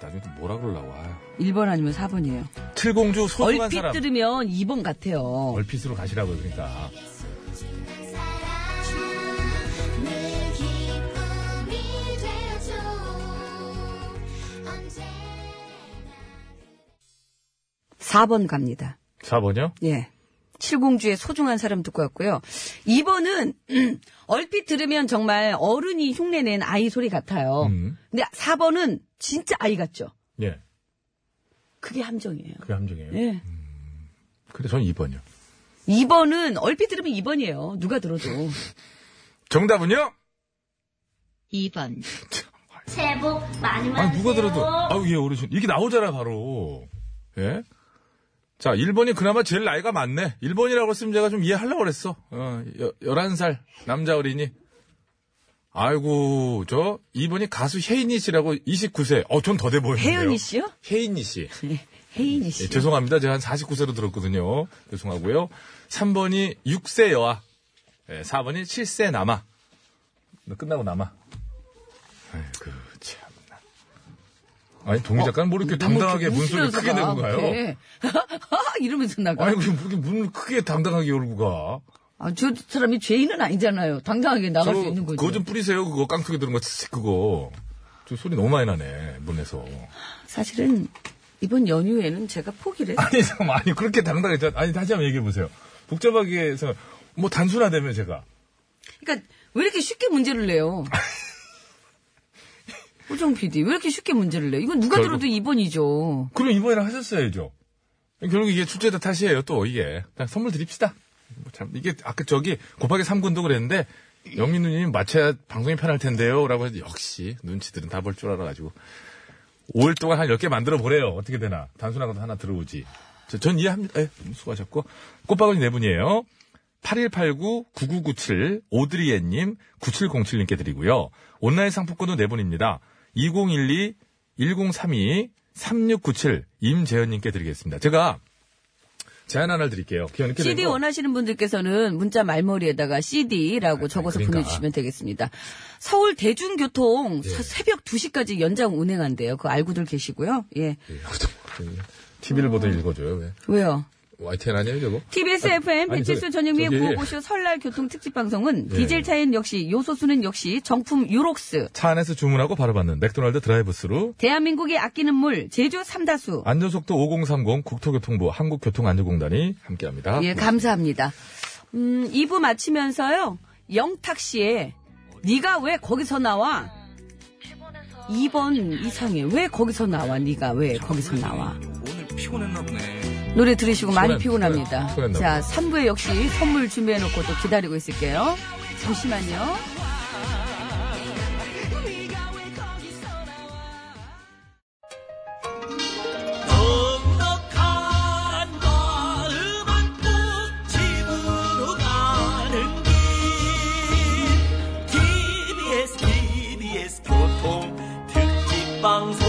나중에 또 뭐라 그러려고. 아유. 1번 아니면 4번이에요. 칠공주 소중한 얼핏 사람. 들으면 2번 같아요. 얼핏으로 가시라고요. 그러니까. 내 기쁨이 되어줘 언제나 4번 갑니다. 4번이요? 예. 칠공주의 소중한 사람 듣고 왔고요. 2번은 얼핏 들으면 정말 어른이 흉내낸 아이 소리 같아요. 음. 근데 4번은 진짜 아이 같죠. 예. 그게 함정이에요. 그게 함정이에요. 예. 근데 저는 2번이요. 2번은 얼핏 들으면 2번이에요. 누가 들어도. 정답은요? 2번, 새해 복 많이 받으세요. 아니, 누가 들어도. 아우, 예, 어르신. 이게 나오잖아, 바로. 예? 자, 1번이 그나마 제일 나이가 많네. 1번이라고 했으면 제가 좀 이해하려고 그랬어. 어, 여, 11살, 남자 어린이. 아이고, 저, 2번이 가수 혜인이 씨라고 29세. 어, 전 더 돼 보이는데요. 혜은이 씨요? 혜인이 씨. 네. 혜인이 씨. 예, 죄송합니다. 제가 한 49세로 들었거든요. 죄송하고요. 3번이 6세 여아. 예, 4번이 7세 남아. 너 끝나고 남아. 아이고, 참나. 아니, 어, 동희 작가는 뭐 이렇게 당당하게 문소리를 크게 내고 가요? 예. 이러면서 나가. 아니, 그렇게 문을 크게 당당하게 열고 가. 아, 저 사람이 죄인은 아니잖아요. 당당하게 나갈 저거 수 있는 거죠. 그거 좀 뿌리세요. 그거 깡통에 들은 거, 치치 그거. 저 소리 너무 많이 나네, 문에서. 사실은 이번 연휴에는 제가 포기를 했어요. 아니, 참, 아니, 그렇게 당당해. 저- 아니, 다시 한번 얘기해보세요. 복잡하게 해서, 뭐, 단순화되면 제가. 그러니까 왜 이렇게 쉽게 문제를 내요? 호정 PD 왜 이렇게 쉽게 문제를 내? 요 이건 누가 결국- 들어도 2번이죠. 그럼 이번에는 하셨어야죠. 결국 이게 출제자 탓이에요, 또, 이게. 그냥 선물 드립시다. 뭐 참, 이게, 아까 저기, 곱하기 3군도 그랬는데, 영민 누님 맞춰야 방송이 편할 텐데요. 라고 해서, 역시, 눈치들은 다 볼 줄 알아가지고. 5일 동안 한 10개 만들어 보래요. 어떻게 되나. 단순한 것도 하나 들어오지. 저, 전 이해합니다. 에, 수고하셨고. 꽃바구니 네 분이에요. 8189-9997, 오드리에님, 9707님께 드리고요. 온라인 상품권도 네 분입니다. 2012, 1032, 3697, 임재현님께 드리겠습니다. 제가 제안 하나를 드릴게요. 기왕 이렇게 된 CD 거. 원하시는 분들께서는 문자 말머리에다가 CD라고 아, 적어서 그러니까. 예. 보내주시면 되겠습니다. 서울 대중교통 사- 새벽 2시까지 연장 운행한대요. 그거 알고들 계시고요. 예. TV를 보던 읽어줘요. 왜? 왜요? YTN 아니에요, 저거? TBS FM 아니, 배칠수 저기- 전영미의 저기- 예. 구호고쇼 설날 교통 특집 방송은 네. 디젤 차인 역시 요소수는 역시 정품 유록스 차 안에서 주문하고 바로 받는 맥도날드 드라이브스루 대한민국이 아끼는 물 제주 삼다수 아, 안전속도 5030 국토교통부 한국교통안전공단이 함께합니다. 예, 감사합니다. 음, 2부 마치면서요. 영탁 씨의 네가 왜 거기서 나와? 2번 이상해. 왜 거기서 나와? 네가 왜 거기서 나와? 오늘 피곤했나 보네. 노래 들으시고 많이 피곤해, 피곤합니다. 피곤했나 자, 3부에 역시 선물 준비해 놓고 또 기다리고 있을게요. 잠시만요. 넉넉한 마음 안고 집으로 가는 길 TBS TBS 교통 특집 방송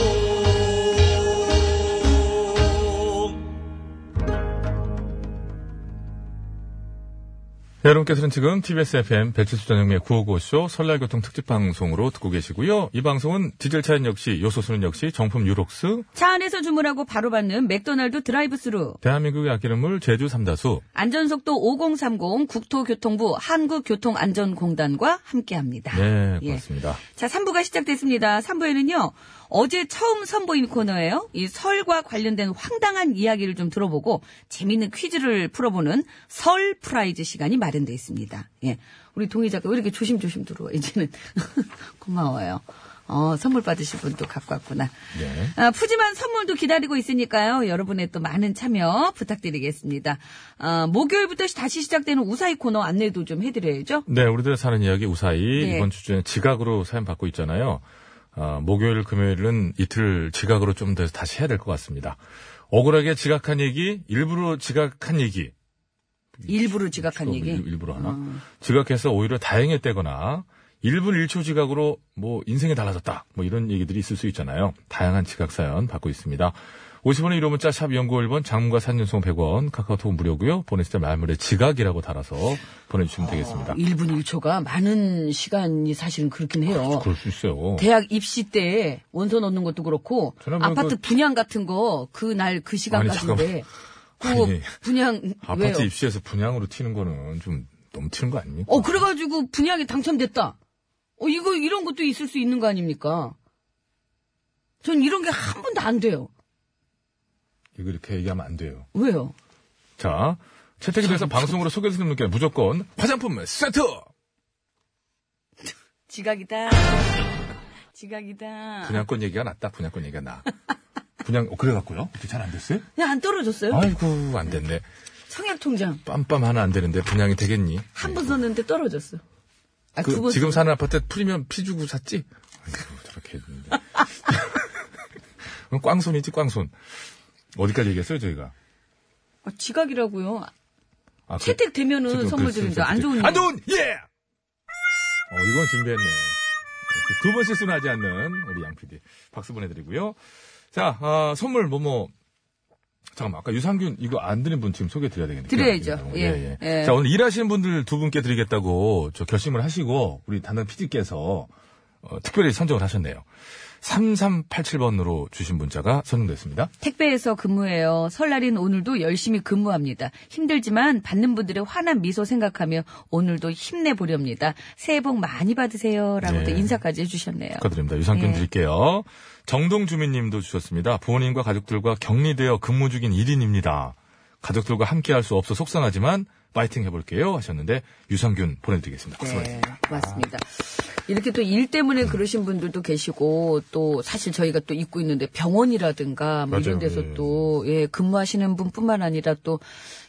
네, 여러분께서는 지금 TBS FM 배치수 전영미의 955쇼 설날 교통 특집 방송으로 듣고 계시고요. 이 방송은 디젤 차인 역시, 요소수는 역시, 정품 유록스, 차 안에서 주문하고 바로 받는 맥도날드 드라이브스루. 대한민국의 아기름물 제주 삼다수, 안전속도 5030 국토교통부 한국교통안전공단과 함께합니다. 네, 예. 고맙습니다. 자, 3부가 시작됐습니다. 3부에는요, 어제 처음 선보인 코너예요. 이 설과 관련된 황당한 이야기를 좀 들어보고, 재밌는 퀴즈를 풀어보는 설 프라이즈 시간이 마련되어 있습니다. 예. 우리 동희 작가 왜 이렇게 조심조심 들어와, 이제는. 고마워요. 어, 선물 받으실 분도 갖고 왔구나. 네. 아, 푸짐한 선물도 기다리고 있으니까요. 여러분의 또 많은 참여 부탁드리겠습니다. 아, 목요일부터 다시 시작되는 우사히 코너 안내도 좀 해드려야죠. 네, 우리들의 사는 이야기 우사히 네. 이번 주 중에 지각으로 사연 받고 있잖아요. 아, 목요일, 금요일은 이틀 지각으로 좀 더 다시 해야 될 것 같습니다. 억울하게 지각한 얘기, 일부러 지각한 얘기, 일부러 지각한 또 얘기. 네. 일- 일부러 하나? 어. 지각해서 오히려 다행했다거나 1분 1초 지각으로 뭐 인생이 달라졌다. 뭐 이런 얘기들이 있을 수 있잖아요. 다양한 지각 사연 받고 있습니다. 50원의 1호 문자 샵 연구 1번 장문과 산윤송 100원 카카오톡 무료고요. 보냈을 때 말물에 지각이라고 달아서 어, 보내주시면 되겠습니다. 1분 1초가 많은 시간이 사실은 그렇긴 해요. 아, 그럴 수 있어요. 대학 입시 때 원서 넣는 것도 그렇고 저는 뭐 아파트 그- 분양 같은 거 그 날 그 시간까지인데 그거 아니, 분양 아파트 왜요? 입시에서 분양으로 튀는 거는 좀 너무 튀는 거 아닙니까? 어 그래가지고 분양이 당첨됐다. 어 이거 이런 것도 있을 수 있는 거 아닙니까? 전 이런 게 한 번도 안 돼요. 이거 이렇게 얘기하면 안 돼요. 왜요? 자, 채택이 돼서 방송으로 소개해드리는 분께 무조건 화장품 세트! 지각이다. 지각이다. 분양권 얘기가 낫다, 분양권 얘기가 나. 분양, 어, 그래갖고요. 어떻게 잘 안 됐어요? 그냥 안 떨어졌어요? 아이고, 안 됐네. 청약 통장 빰빰 하나 안 되는데 분양이 되겠니? 한 번 썼는데 떨어졌어. 아, 그 두 번. 지금 썼는데. 사는 아파트 프리미엄 피 주고 샀지? 아이고, 저렇게 했는데. 그럼 꽝손이지, 꽝손. 어디까지 얘기했어요, 저희가? 아, 지각이라고요. 아, 그- 채택되면은 지금 선물 그 드립니다. 선택. 안 좋은 안 일. 좋은 예. 어 이건 준비했네. 그 두 번 실수는 하지 않는 우리 양 PD 박수 보내드리고요. 자 아, 선물 뭐뭐 잠깐만 아까 유산균 이거 안 드린 분 지금 소개 드려야 되겠네요. 드려야죠. 예, 예, 예. 예. 자 오늘 일하시는 분들 두 분께 드리겠다고 저 결심을 하시고 우리 담당 PD께서 어, 특별히 선정을 하셨네요. 3387번으로 주신 문자가 선정됐습니다. 택배에서 근무해요. 설날인 오늘도 열심히 근무합니다. 힘들지만 받는 분들의 환한 미소 생각하며 오늘도 힘내보렵니다. 새해 복 많이 받으세요. 라고 또 네. 인사까지 해주셨네요. 축하드립니다. 유산균 네. 드릴게요. 정동 주민님도 주셨습니다. 부모님과 가족들과 격리되어 근무 중인 1인입니다. 가족들과 함께할 수 없어 속상하지만 파이팅 해볼게요 하셨는데 유산균 보내드리겠습니다. 박수 네, 보내드립니다. 고맙습니다. 이렇게 또 일 때문에 그러신 분들도 계시고 또 사실 저희가 또 입고 있는데 병원이라든가 뭐 맞아요. 이런 데서 예. 또 예, 근무하시는 분뿐만 아니라 또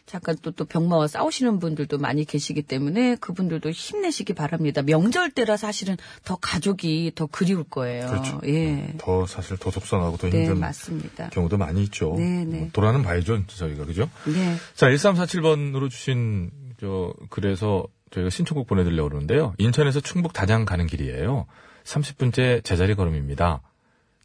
잠깐 또 또 병마와 싸우시는 분들도 많이 계시기 때문에 그분들도 힘내시기 바랍니다. 명절 때라 사실은 더 가족이 더 그리울 거예요. 그렇죠. 예. 더 사실 더 속상하고 더 네, 힘든 맞습니다. 경우도 많이 있죠. 네, 네. 뭐 돌아는 봐야죠 저희가 그죠? 네. 자 1347번으로 주신 저 그래서 저희가 신청곡 보내드리려고 그러는데요. 인천에서 충북 다장 가는 길이에요. 30분째 제자리 걸음입니다.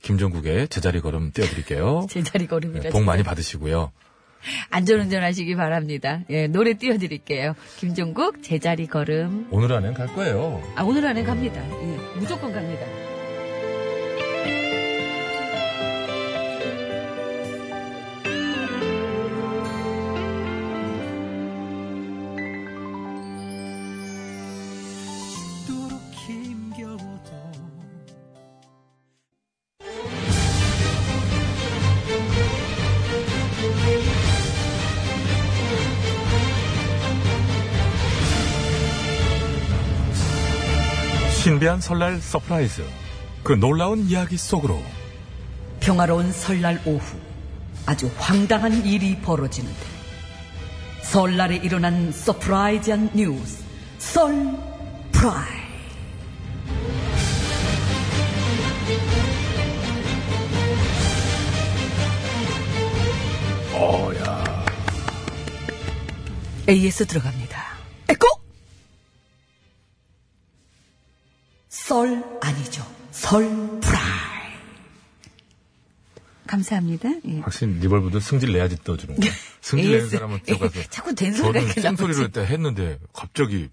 김종국의 제자리 걸음 띄워드릴게요. 제자리 걸음이라 네, 복 많이 받으시고요. 안전운전 하시기 바랍니다. 예, 노래 띄워드릴게요. 김종국 제자리 걸음. 오늘 안엔 갈 거예요. 아, 오늘 안에 갑니다. 예, 무조건 갑니다. 죽도록 힘겨워도 신비한 설날 서프라이즈. 그 놀라운 이야기 속으로 평화로운 설날 오후 아주 황당한 일이 벌어지는데 설날에 일어난 서프라이즈한 뉴스 설프라이 AS 들어갑니다. 에코 설 아니죠 설프라이 감사합니다. 예. 확실히 리벌브도 승질 내야지 떠주는 거야. 승질 내는 AS. 사람은 들어가서. 예, 자꾸 된소리가 저는 이렇게 나오지. 쌩소리로 했다 했는데 갑자기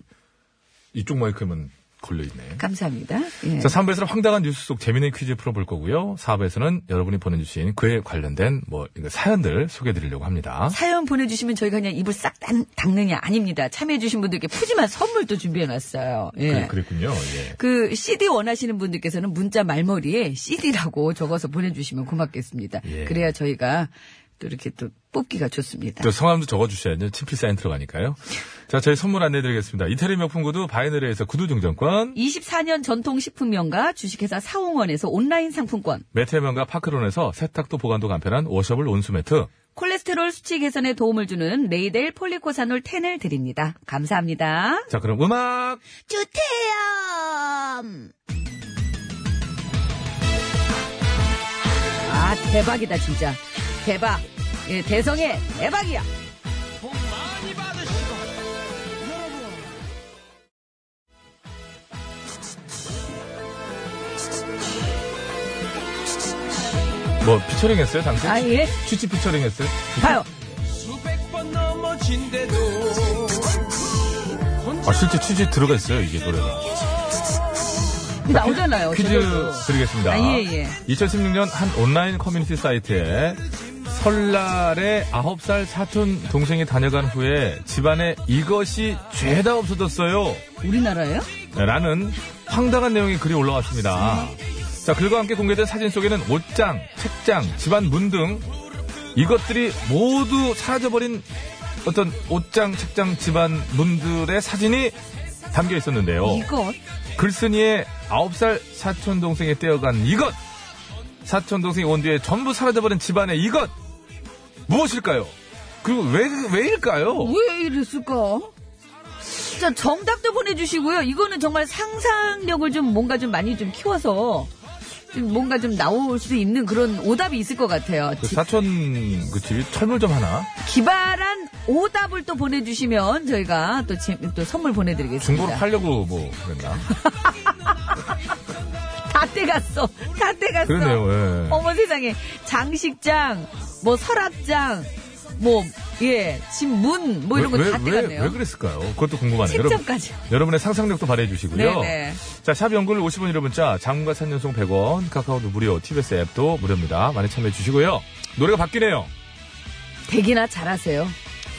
이쪽 마이크에만 걸려있네. 감사합니다. 예. 자, 3부에서는 황당한 뉴스 속 재미있는 퀴즈 풀어볼 거고요. 4부에서는 여러분이 보내주신 그에 관련된 뭐 이거 사연들 소개해드리려고 합니다. 사연 보내주시면 저희가 그냥 입을 싹 단, 닦느냐 아닙니다. 참여해주신 분들께 푸짐한 선물도 준비해놨어요. 예. 그, 랬군요 예. 그 CD 원하시는 분들께서는 문자 말머리에 CD라고 적어서 보내주시면 고맙겠습니다. 예. 그래야 저희가 또 이렇게 또 뽑기가 좋습니다. 또 성함도 적어주셔야죠. 친필 사인 들어가니까요. 자, 저희 선물 안내드리겠습니다. 이태리 명품 구두 바이너리에서 구두 증정권, 24년 전통 식품명가 주식회사 사홍원에서 온라인 상품권, 메테면과 파크론에서 세탁도 보관도 간편한 워셔블 온수매트, 콜레스테롤 수치 개선에 도움을 주는 레이델 폴리코사놀 10을 드립니다. 감사합니다. 자, 그럼 음악! 주태염! 아, 대박이다, 진짜. 대박. 예, 대성의 대박이야. 복 많이 받으시고 여러분 뭐, 피처링 했어요, 당시? 아, 예. 취지 피처링 했어요? 봐요. 수백 번 넘어진대도 아, 실제 취지 들어가 있어요, 이게 노래가. 어, 나오잖아요. 퀴즈 제대로. 드리겠습니다. 아, 예, 예. 2016년 한 온라인 커뮤니티 사이트에 설날에 9살 사촌 동생이 다녀간 후에 집안에 이것이 죄다 없어졌어요. 우리나라예요? 라는 황당한 내용이 글이 올라왔습니다. 자, 글과 함께 공개된 사진 속에는 옷장, 책장, 집안 문 등 이것들이 모두 사라져버린 어떤 옷장, 책장, 집안 문들의 사진이 담겨 있었는데요. 이것. 글쓴이의 9살 사촌동생이 떼어간 이것! 사촌동생이 온 뒤에 전부 사라져버린 집안의 이것! 무엇일까요? 그리고 왜, 왜일까요? 왜 이랬을까? 진짜 정답도 보내주시고요. 이거는 정말 상상력을 좀 뭔가 좀 많이 좀 키워서 좀 뭔가 좀 나올 수 있는 그런 오답이 있을 것 같아요. 그 지- 사촌 그 집이 철물 좀 하나? 기발한 오답을 또 보내주시면 저희가 또, 지- 또 중고로 선물 보내드리겠습니다. 팔려고 뭐 그랬나? 다 떼갔어. 다 떼갔어. 그러네요, 예. 어머 세상에. 장식장, 뭐 서랍장, 뭐, 예, 집 문, 뭐 이런 거 다 왜, 떼갔네요. 왜 그랬을까요? 그것도 궁금하네요. 여러분, 책장까지. 여러분의 상상력도 발휘해 주시고요. 네네. 자, 샵 연글 50원 이름 문자, 장문과 3년송 100원, 카카오도 무료, TBS 앱도 무료입니다. 많이 참여해 주시고요. 노래가 바뀌네요. 대기나 잘하세요.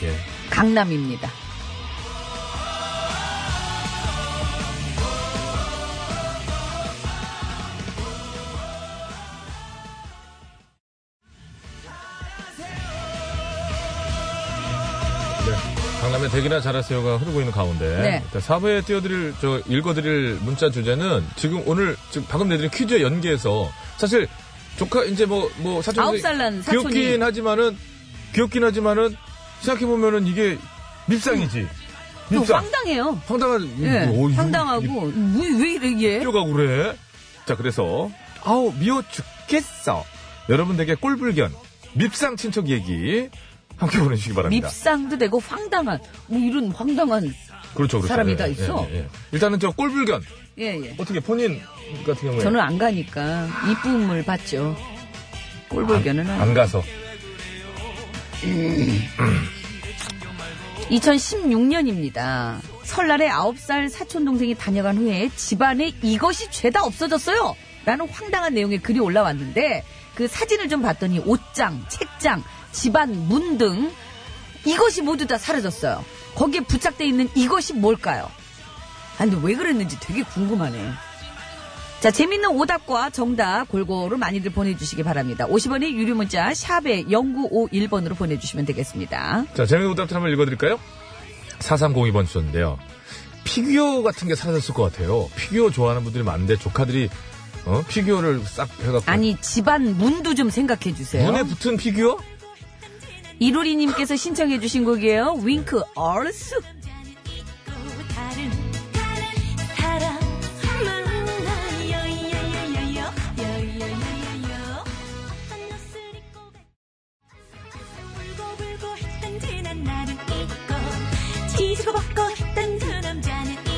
예. 강남입니다. 네. 강남의 대기나 잘하세요가 흐르고 있는 가운데 네. 자, 4부에 띄워드릴 저 읽어드릴 문자 주제는 지금 오늘 지금 방금 내드린 퀴즈에 연계해서 사실 조카 이제 뭐 뭐 사촌 아홉 살 난 사촌이. 귀엽긴 하지만은 귀엽긴 하지만은 생각해 보면은 이게 밉상이지 음. 또 밉상 황당해요. 황당한 예, 어, 이거 황당하고 뭐, 왜 이래 이게? 뛰어가고 그래. 자, 그래서 아우 미워 죽겠어. 여러분들에게 꼴불견 밉상 친척 얘기 함께 보내주시기 바랍니다. 밉상도 되고 황당한 뭐 이런 황당한 그렇죠, 그렇죠. 사람이 예, 다 예, 있어? 예, 예. 일단은 저 꼴불견 예 예. 어떻게 본인 같은 경우에 저는 안 가니까 이쁨을 받죠. 꼴불견은 안, 안 가서 2016년입니다. 설날에 9살 사촌 동생이 다녀간 후에 집안에 이것이 죄다 없어졌어요. 라는 황당한 내용의 글이 올라왔는데 그 사진을 좀 봤더니 옷장, 책장, 집안 문 등 이것이 모두 다 사라졌어요. 거기에 부착돼 있는 이것이 뭘까요? 아, 근데 왜 그랬는지 되게 궁금하네. 자, 재밌는 오답과 정답 골고루 많이들 보내주시기 바랍니다. 50원의 유료 문자 샵에 0951번으로 보내주시면 되겠습니다. 자 재미있는 오답들 한번 읽어드릴까요? 4302번 주셨는데요. 피규어 같은 게 사라졌을 것 같아요. 피규어 좋아하는 분들이 많은데 조카들이 어? 피규어를 싹 해갖고 아니 집안 문도 좀 생각해 주세요. 문에 붙은 피규어? 이루리님께서 신청해 주신 곡이에요. 윙크 얼스.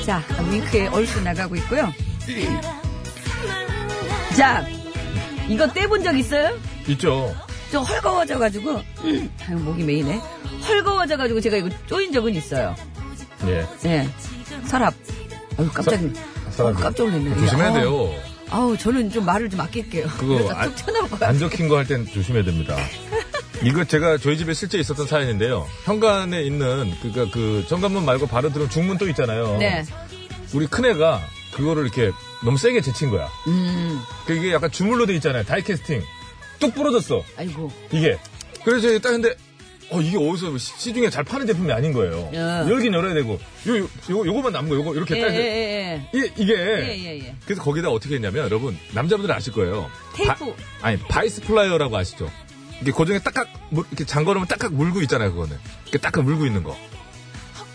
자 윙크의 얼스 나가고 있고요. 자 이거 떼본 적 있어요? 있죠. 좀 헐거워져가지고, 음, 아유, 목이 메이네. 헐거워져가지고 제가 이거 쪼인 적은 있어요. 예. 예. 서랍. 아유, 깜짝, 서랍이요? 깜짝 놀랐네. 조심해야 아우, 돼요. 아우, 저는 좀 말을 좀 아낄게요. 그거 그래서 안- 툭 튀어나올 것 안 같아요. 적힌 거 할 땐 조심해야 됩니다. 이거 제가 저희 집에 실제 있었던 사연인데요. 현관에 있는 그니까 그 현관문 말고 바로 들어온 중문 또 있잖아요. 네. 우리 큰애가 그거를 이렇게 너무 세게 제친 거야. 음, 그 이게 약간 주물로 돼 있잖아요. 다이캐스팅. 뚝 부러졌어. 아이고. 이게. 그래서 제가 딱 근데 어 이게 어디서 시- 시중에 잘 파는 제품이 아닌 거예요. 야. 열긴 열어야 되고 요, 요, 요 요거만 남은 거 요거 이렇게 예, 딱 예, 예, 이, 이게 예. 예, 예, 예. 그래서 거기다 어떻게 했냐면 여러분 남자분들 아실 거예요. 테이프. 바, 아니 바이스 플라이어라고 아시죠? 이게 고정에 딱딱 물- 이렇게 잠궈놓으면 딱딱 물고 있잖아요 그거는. 이렇게 딱딱 물고 있는 거.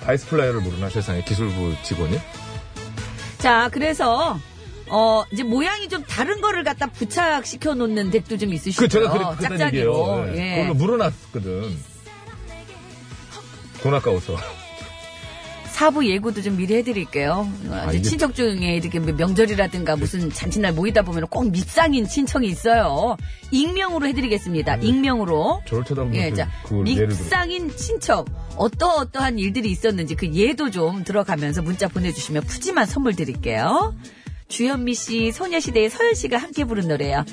바이스 플라이어를 모르나 세상에 기술부 직원이? 자, 그래서, 어, 이제 모양이 좀 다른 거를 갖다 부착시켜 놓는 덱도 좀 있으시고요. 그 제가 그랬- 그랬던 얘기예요. 어, 짝짝이로. 네. 예. 그걸로 물어놨거든. 돈 아까워서. 사부 예고도 좀 미리 해드릴게요. 어, 이제 아, 이게- 친척 중에 이렇게 뭐 명절이라든가 무슨 잔칫날 모이다 보면 꼭 밉상인 친척이 있어요. 익명으로 해드리겠습니다. 음. 익명으로. 저를 쳐다보면 예, 그- 자, 그걸 예를 들어. 밉상인 친척 어떠어떠한 일들이 있었는지 그 예도 좀 들어가면서 문자 보내주시면 푸짐한 선물 드릴게요. 주현미 씨, 소녀시대의 서현 씨가 함께 부른 노래예요.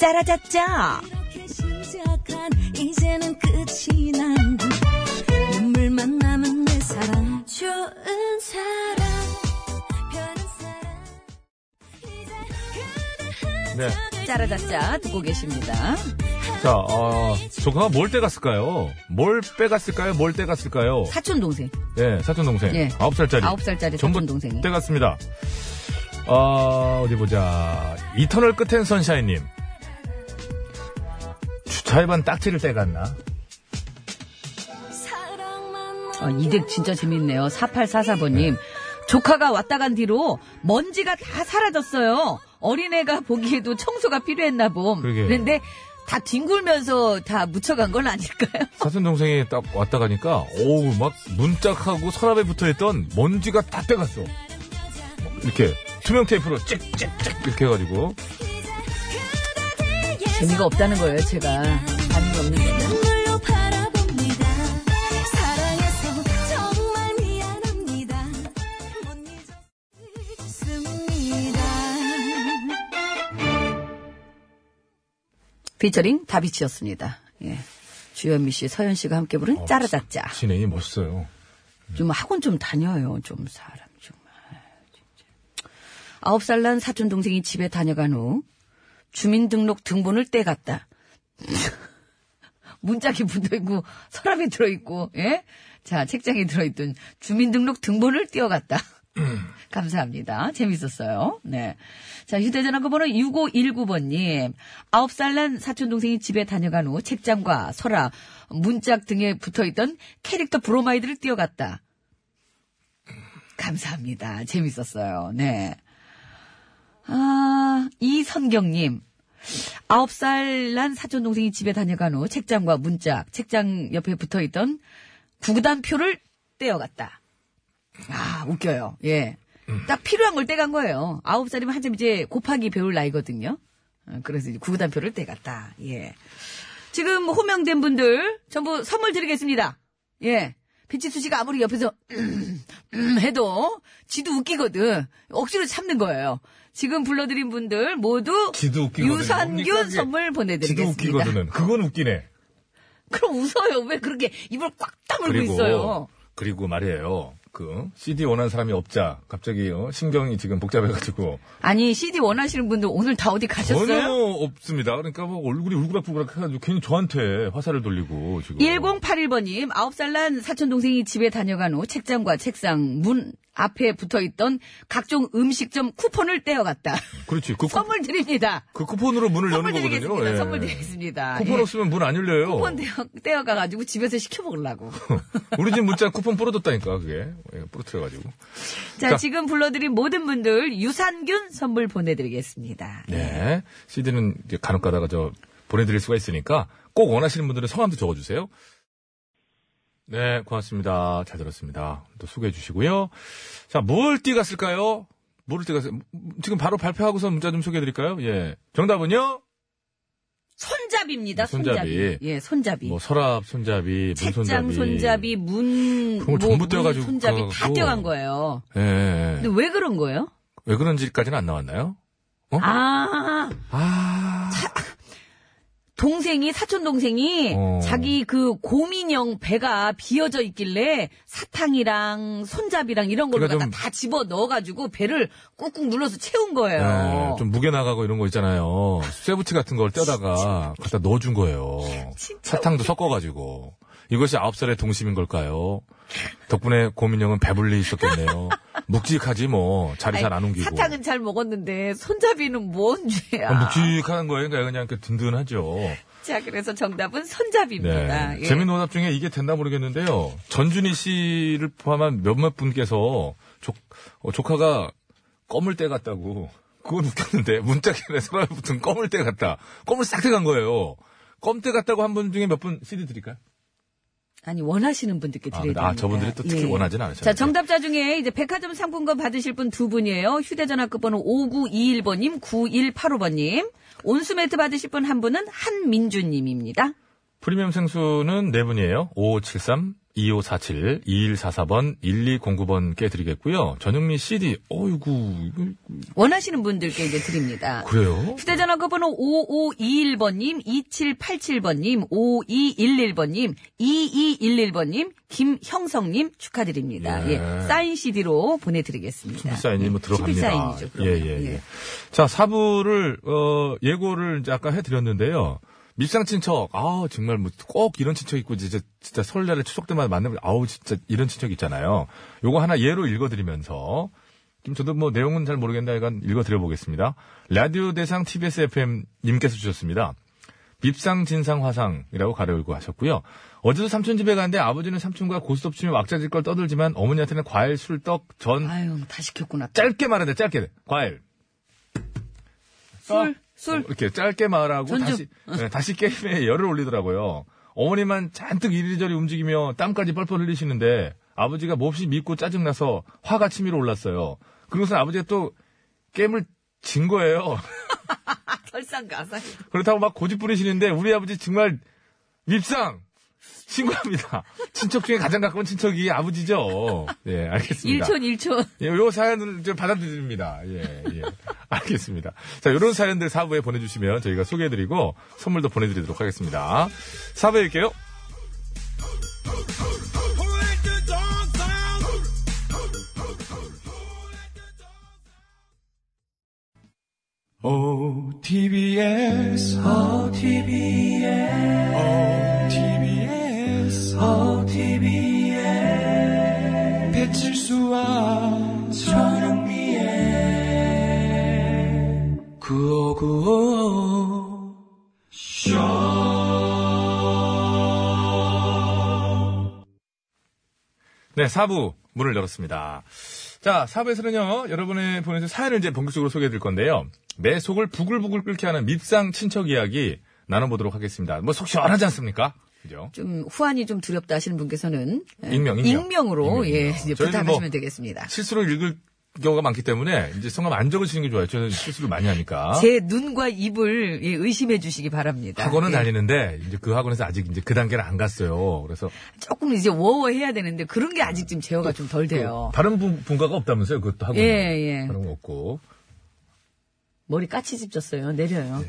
짜라짜짜. 이렇게 시작한 이제는 끝이 난 눈물만 남은 내 사랑 좋은 사랑 변한 사랑 이제 그대 네. 짜라짜짜 듣고 계십니다. 자, 어, 조카가 뭘 떼갔을까요? 뭘 빼갔을까요? 뭘 떼갔을까요? 사촌 동생. 예, 사촌 동생. 예. 아홉 살짜리. 아홉 살짜리 전부 사촌동생이. 떼갔습니다. 아, 어디 보자. 이터널 끝엔 선샤인님. 주차에 반 딱지를 떼갔나? 사랑만 아, 이댁 진짜 네. 재밌네요. 4844번님. 조카가 왔다 간 뒤로 먼지가 다 사라졌어요. 어린애가 보기에도 청소가 필요했나 봄. 그러게요. 그런데 다 뒹굴면서 다 묻혀간 건 아닐까요? 사촌 동생이 딱 왔다 가니까, 오우, 막 문짝하고 서랍에 붙어 있던 먼지가 다 떼갔어. 이렇게 투명 테이프로 찍찍찍 이렇게 해가지고. 재미가 없다는 거예요, 제가. 반응이 없는 게. 눈물로 바라봅니다 사랑해서 정말 미안합니다 못 잊었습니다 피처링 다비치였습니다. 예. 주현미 씨, 서현 씨가 함께 부른 짜라짜짜. 진행이 멋있어요. 좀 학원 좀 다녀요. 좀 사람 정말 진짜. 아홉 살 난 사촌 동생이 집에 다녀간 후 주민등록 등본을 떼갔다. 문짝이 붙어 있고 서랍이 들어 있고 예? 자 책장에 들어 있던 주민등록 등본을 띄어갔다. 감사합니다. 재밌었어요. 네. 자, 휴대전화 그 번호 6519번님. 9살 난 사촌동생이 집에 다녀간 후 책장과 서랍, 문짝 등에 붙어 있던 캐릭터 브로마이드를 띄어갔다. 감사합니다. 재밌었어요. 네. 아, 이선경님. 아홉 살 난 사촌 동생이 집에 다녀간 후 책장과 문짝, 책장 옆에 붙어 있던 구단표를 떼어갔다. 아, 웃겨요. 예. 딱 필요한 걸 떼간 거예요. 아홉 살이면 한참 이제 곱하기 배울 나이거든요. 어, 그래서 이제 구단표를 떼갔다. 예. 지금 호명된 분들 전부 선물 드리겠습니다. 예. 피치수 씨가 아무리 옆에서 음, 해도 지도 웃기거든. 억지로 참는 거예요. 지금 불러드린 분들 모두 지도 웃기거든요. 뭡니까, 유산균 이게? 선물 지도 보내드리겠습니다. 웃기거든은. 그건 웃기네. 그럼 웃어요. 왜 그렇게 입을 꽉 다물고 그리고 있어요. 그리고 말이에요. 그 CD 원하는 사람이 없자 갑자기 어, 신경이 지금 복잡해가지고 아니 CD 원하시는 분들 오늘 다 어디 가셨어요? 전혀 없습니다. 그러니까 뭐 얼굴이 울그락불그락 해가지고 괜히 저한테 화살을 돌리고 지금 1081번님, 9살 난 사촌동생이 집에 다녀간 후 책장과 책상, 문 앞에 붙어 있던 각종 음식점 쿠폰을 떼어갔다. 그렇지 그, 쿠, 선물 드립니다. 그 쿠폰으로 문을 선물 여는 거거든요. 드리겠습니다. 예. 선물 드리겠습니다. 쿠폰 예. 없으면 문 안 열려요. 쿠폰 떼어, 떼어가가지고 집에서 시켜 먹으려고. 우리 집 문자 쿠폰 뿌려뒀다니까 그게 예, 뿌려뜨려가지고 자, 자. 지금 불러드린 모든 분들 유산균 선물 보내드리겠습니다. 네 CD는 이제 간혹 가다가 저 보내드릴 수가 있으니까 꼭 원하시는 분들은 성함도 적어주세요. 네 고맙습니다. 잘 들었습니다. 또 소개해 주시고요. 자뭘 띄갔을까요? 뭐를 띄갔을까요? 지금 바로 발표하고서 문자 좀 소개해 드릴까요? 예 정답은요. 손잡이입니다. 손잡이. 손잡이. 예, 손잡이. 뭐 서랍 손잡이, 문 책장 손잡이. 손잡이, 문, 그걸 뭐, 전부 문 떼어가지고 손잡이 다 그래갖고. 떼어간 거예요. 예, 예. 근데 왜 그런 거예요? 왜 그런지까지는 안 나왔나요? 아, 아. 동생이 사촌 동생이 어. 자기 그 고민형 배가 비어져 있길래 사탕이랑 손잡이랑 이런 걸로 그러니까 갖다 좀- 다 집어 넣어가지고 배를 꾹꾹 눌러서 채운 예, 거예요. 좀 무게 나가고 이런 거 있잖아요. 쇠부츠 같은 걸 떼다가 갖다 넣어준 거예요. 사탕도 섞어가지고. 이것이 아홉 살의 동심인 걸까요? 덕분에 고민형은 배불리 있었겠네요. 묵직하지 뭐. 자리 잘 안 아니, 옮기고. 사탕은 잘 먹었는데 손잡이는 뭔 죄야. 아, 묵직한 거예요. 그러니까 그냥 이렇게 든든하죠. 자, 그래서 정답은 손잡이입니다. 네. 예. 재밌는 오답 중에 이게 됐나 모르겠는데요. 전준희 씨를 포함한 몇몇 분께서 조, 어, 조카가 껌을 때 같다고. 그건 웃겼는데, 문짝에 서랍에 붙은 껌을 때 같다. 껌을 싹 떼간 거예요. 껌때 같다고 한 분 중에 몇 분 CD 드릴까요? 아니 원하시는 분들께 아, 드려야 됩니다. 예. 아, 저분들이 또 특히 원하진 않으셨는데. 자, 정답자 중에 이제 백화점 상품권 받으실 분 두 분이에요. 휴대전화 끝번호 5921번님, 9185번님. 온수매트 받으실 분 한 분은 한민주님입니다. 프리미엄 생수는 네 분이에요. 5573, 2547, 2144번, 1209번께 드리겠고요. 전영미 CD, 어이구, 이거 원하시는 분들께 이제 드립니다. 그래요? 휴대전화 끝번호 5521번님, 2787번님, 5211번님, 2211번님, 김형성님 축하드립니다. 예. 예, 사인 CD로 보내드리겠습니다. 신필사인이 뭐 들어갑니다. 예. 신필사인이죠. 예, 그러면. 예, 예. 자, 사부를, 어, 예고를 이제 아까 해드렸는데요. 밉상 친척, 아 정말 뭐 꼭 이런 친척 있고, 이제 진짜 설날에 추석 때마다 만나면, 아우, 진짜 이런 친척 있잖아요. 요거 하나 예로 읽어드리면서, 지금 저도 뭐 내용은 잘 모르겠는데, 약간 읽어드려보겠습니다. 라디오 대상 TBS FM님께서 주셨습니다. 밉상 진상 화상이라고 가려고 하셨고요. 어제도 삼촌 집에 갔는데 아버지는 삼촌과 고스톱 치며 왁자질 걸 떠들지만 어머니한테는 과일, 술, 떡, 전, 아유, 다 시켰구나. 짧게 말해야 돼, 짧게. 과일. 술, 어, 술. 이렇게 짧게 말하고 전주. 다시, 네, 다시 게임에 열을 올리더라고요. 어머니만 잔뜩 이리저리 움직이며 땀까지 뻘뻘 흘리시는데 아버지가 몹시 믿고 짜증나서 화가 치밀어 올랐어요. 그러고서 아버지가 또 게임을 진 거예요. 설상가상. 그렇다고 막 고집 부리시는데 우리 아버지 정말 밉상! 신고합니다. 친척 중에 가장 가까운 친척이 아버지죠. 예, 알겠습니다. 일촌, 일촌. 예, 요 사연을 좀 받아들입니다. 예, 예. 알겠습니다. 자, 요런 사연들 사부에 보내주시면 저희가 소개해드리고 선물도 보내드리도록 하겠습니다. 사부에 뵐게요. OTBS, OTBS, 어, OTBS, OTBS, 배칠수와 저녁미에 구호구호 네, 사부 문을 열었습니다. 자, 사부에서는요, 여러분의 보내주신 사연을 이제 본격적으로 소개해드릴 건데요. 내 속을 부글부글 끓게 하는 밉상 친척 이야기 나눠보도록 하겠습니다. 뭐 속 시원하지 않습니까? 그죠? 좀 후환이 좀 두렵다 하시는 분께서는 예, 익명, 익명. 으 익명, 로 예, 익명. 이제 저희는 부탁하시면 뭐 되겠습니다. 실수로 읽을 경우가 많기 때문에 이제 성함 안 적으시는 게 좋아요. 저는 실수를 많이 하니까. 제 눈과 입을 예, 의심해 주시기 바랍니다. 학원은 예, 다니는데 이제 그 학원에서 아직 이제 그 단계를 안 갔어요. 그래서 조금 이제 워워해야 되는데 그런 게 아직 지금 제어가 좀 덜 돼요. 다른 분, 분가가 없다면서요? 그것도 학원. 예, 예. 다른 거 없고. 머리 까치집졌어요. 내려요.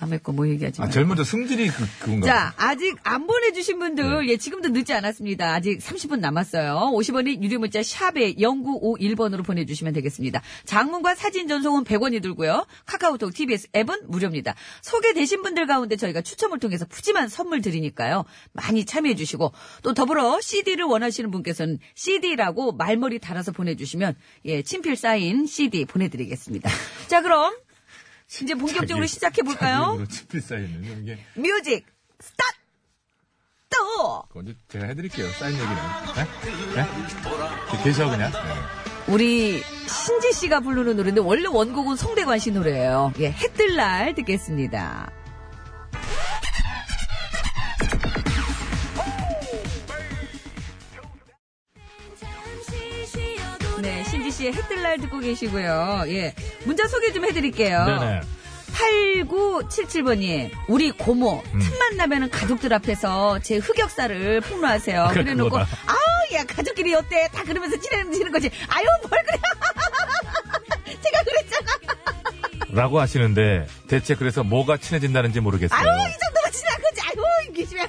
남의 거 뭐 얘기하지 예, 아, 마. 제일 먼저 승질이 그, 그건가. 자, 아직 안 보내주신 분들, 예, 지금도 늦지 않았습니다. 아직 30분 남았어요. 50원이 유료 문자 샵에 0951번으로 보내주시면 되겠습니다. 장문과 사진 전송은 100원이 들고요. 카카오톡, TBS 앱은 무료입니다. 소개되신 분들 가운데 저희가 추첨을 통해서 푸짐한 선물 드리니까요. 많이 참여해주시고, 또 더불어 CD를 원하시는 분께서는 CD라고 말머리 달아서 보내주시면, 예, 친필 사인 CD 보내드리겠습니다. 자, 그럼, 이제 예. 본격적으로 시작해볼까요? 그렇죠. 치필 사인은 이게 뮤직 스타트! 언제 제가 해드릴게요. 사인 얘기는. 네? 네? 계셔 그냥. 네. 우리 신지 씨가 부르는 노래인데 원래 원곡은 송대관 씨 노래예요. 예, 해뜰 날 듣겠습니다. 네, 신지 씨의 해뜰 날 듣고 계시고요. 예, 문자 소개 좀 해드릴게요. 네네. 8977번님, 우리 고모, 음. 틈만 나면은 가족들 앞에서 제 흑역사를 폭로하세요. 그래, 그래 놓고, 그거다. 아우, 야, 가족끼리 어때? 다 그러면서 찌르는 거지. 아유, 뭘 그래. 제가 그랬잖아. 라고 하시는데 대체 그래서 뭐가 친해진다는지 모르겠어요. 아유, 이 정도면 지나 거지. 아유, 이게 심해.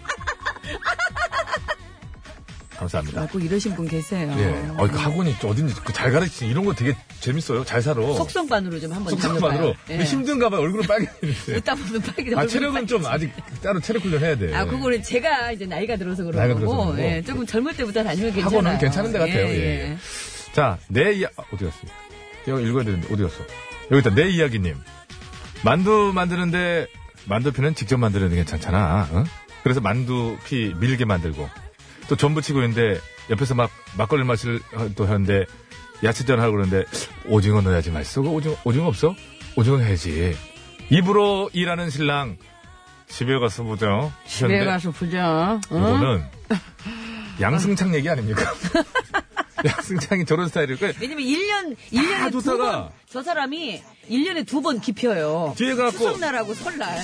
감사합니다. 고 이러신 분 계세요. 예. 어, 그 학원이 또 어딘지 그잘 가르치는 이런 거 되게 재밌어요. 잘 살아. 속성반으로 좀 한번 속상만으로. 다녀봐요. 예. 근데 힘든가 봐요. 얼굴은 빨개지는데. 웃다 보면 빨개 아, 체력은 좀 아직 따로 체력 훈련 해야 돼. 아, 그거는 제가 이제 나이가 들어서 그런 나이가 거고, 들어서 그런 예, 거고. 조금 젊을 때부터 다니면 괜찮아요. 학원은 괜찮은 데 같아요. 예, 예. 자, 내 이야, 아, 어디 갔어? 이거 읽어야 되는데, 어디 갔어? 여기 있다, 내 이야기님. 만두 만드는데, 만두피는 직접 만드는 게 괜찮잖아. 응? 그래서 만두피 밀게 만들고, 또 전부 치고 있는데, 옆에서 막 막걸리 마실 어, 또 하는데, 야채전 하고 그러는데, 오징어 넣어야지 맛있어. 그거 오징어, 오징어 없어? 오징어 해야지. 입으로 일하는 신랑, 집에 가서 보죠. 집에 네, 가서 보자. 응? 이거는 양승창 얘기 아닙니까? 양승창이 저런 그 스타일이고 왜냐면 1년, 그 1년에 두 놓다가. 번, 저 사람이 1년에 두 번 기펴요. 뒤에 가갖고. 추석날하고 설날.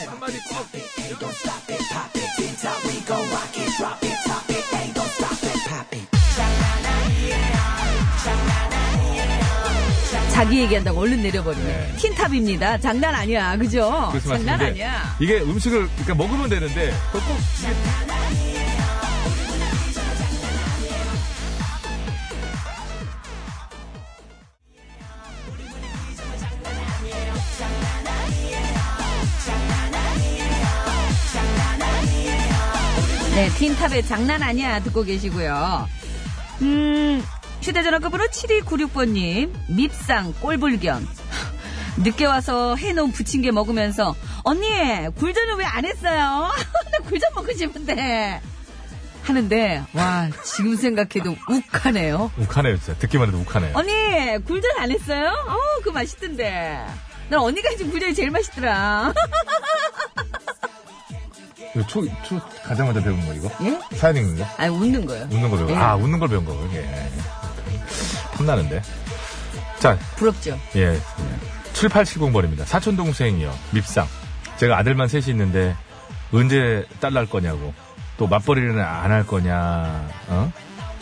자기 얘기한다고 얼른 내려버리네. 틴탑입니다. 장난 아니야. 그죠? 그래서 장난 말씀인데 아니야. 이게 음식을 그러니까 먹으면 되는데 그거 꼭 이게 네, 틴탑의 장난 아니야 듣고 계시고요. 음, 휴대전화 끝번호 7296번님, 밉상 꼴불견. 늦게 와서 해놓은 부침개 먹으면서 언니 굴전은 왜 안 했어요? 나 굴전 먹고 싶은데 하는데 와 지금 생각해도 욱하네요. 욱하네요 진짜 듣기만 해도 욱하네요 언니 굴전 안 했어요? 어그 맛있던데. 난 언니가 해준 굴전이 제일 맛있더라. 이거 초, 초 가자마자 배운 거 이거? 예? 사연 읽는 거? 아 웃는 거예요. 웃는 걸 배운 거 예. 아 웃는 걸 배운 거 이게 탐나는데 자 부럽죠. 예. 7870번입니다. 사촌 동생이요. 밉상. 제가 아들만 셋이 있는데 언제 딸 날 거냐고. 또 맞벌이는 안 할 거냐. 어?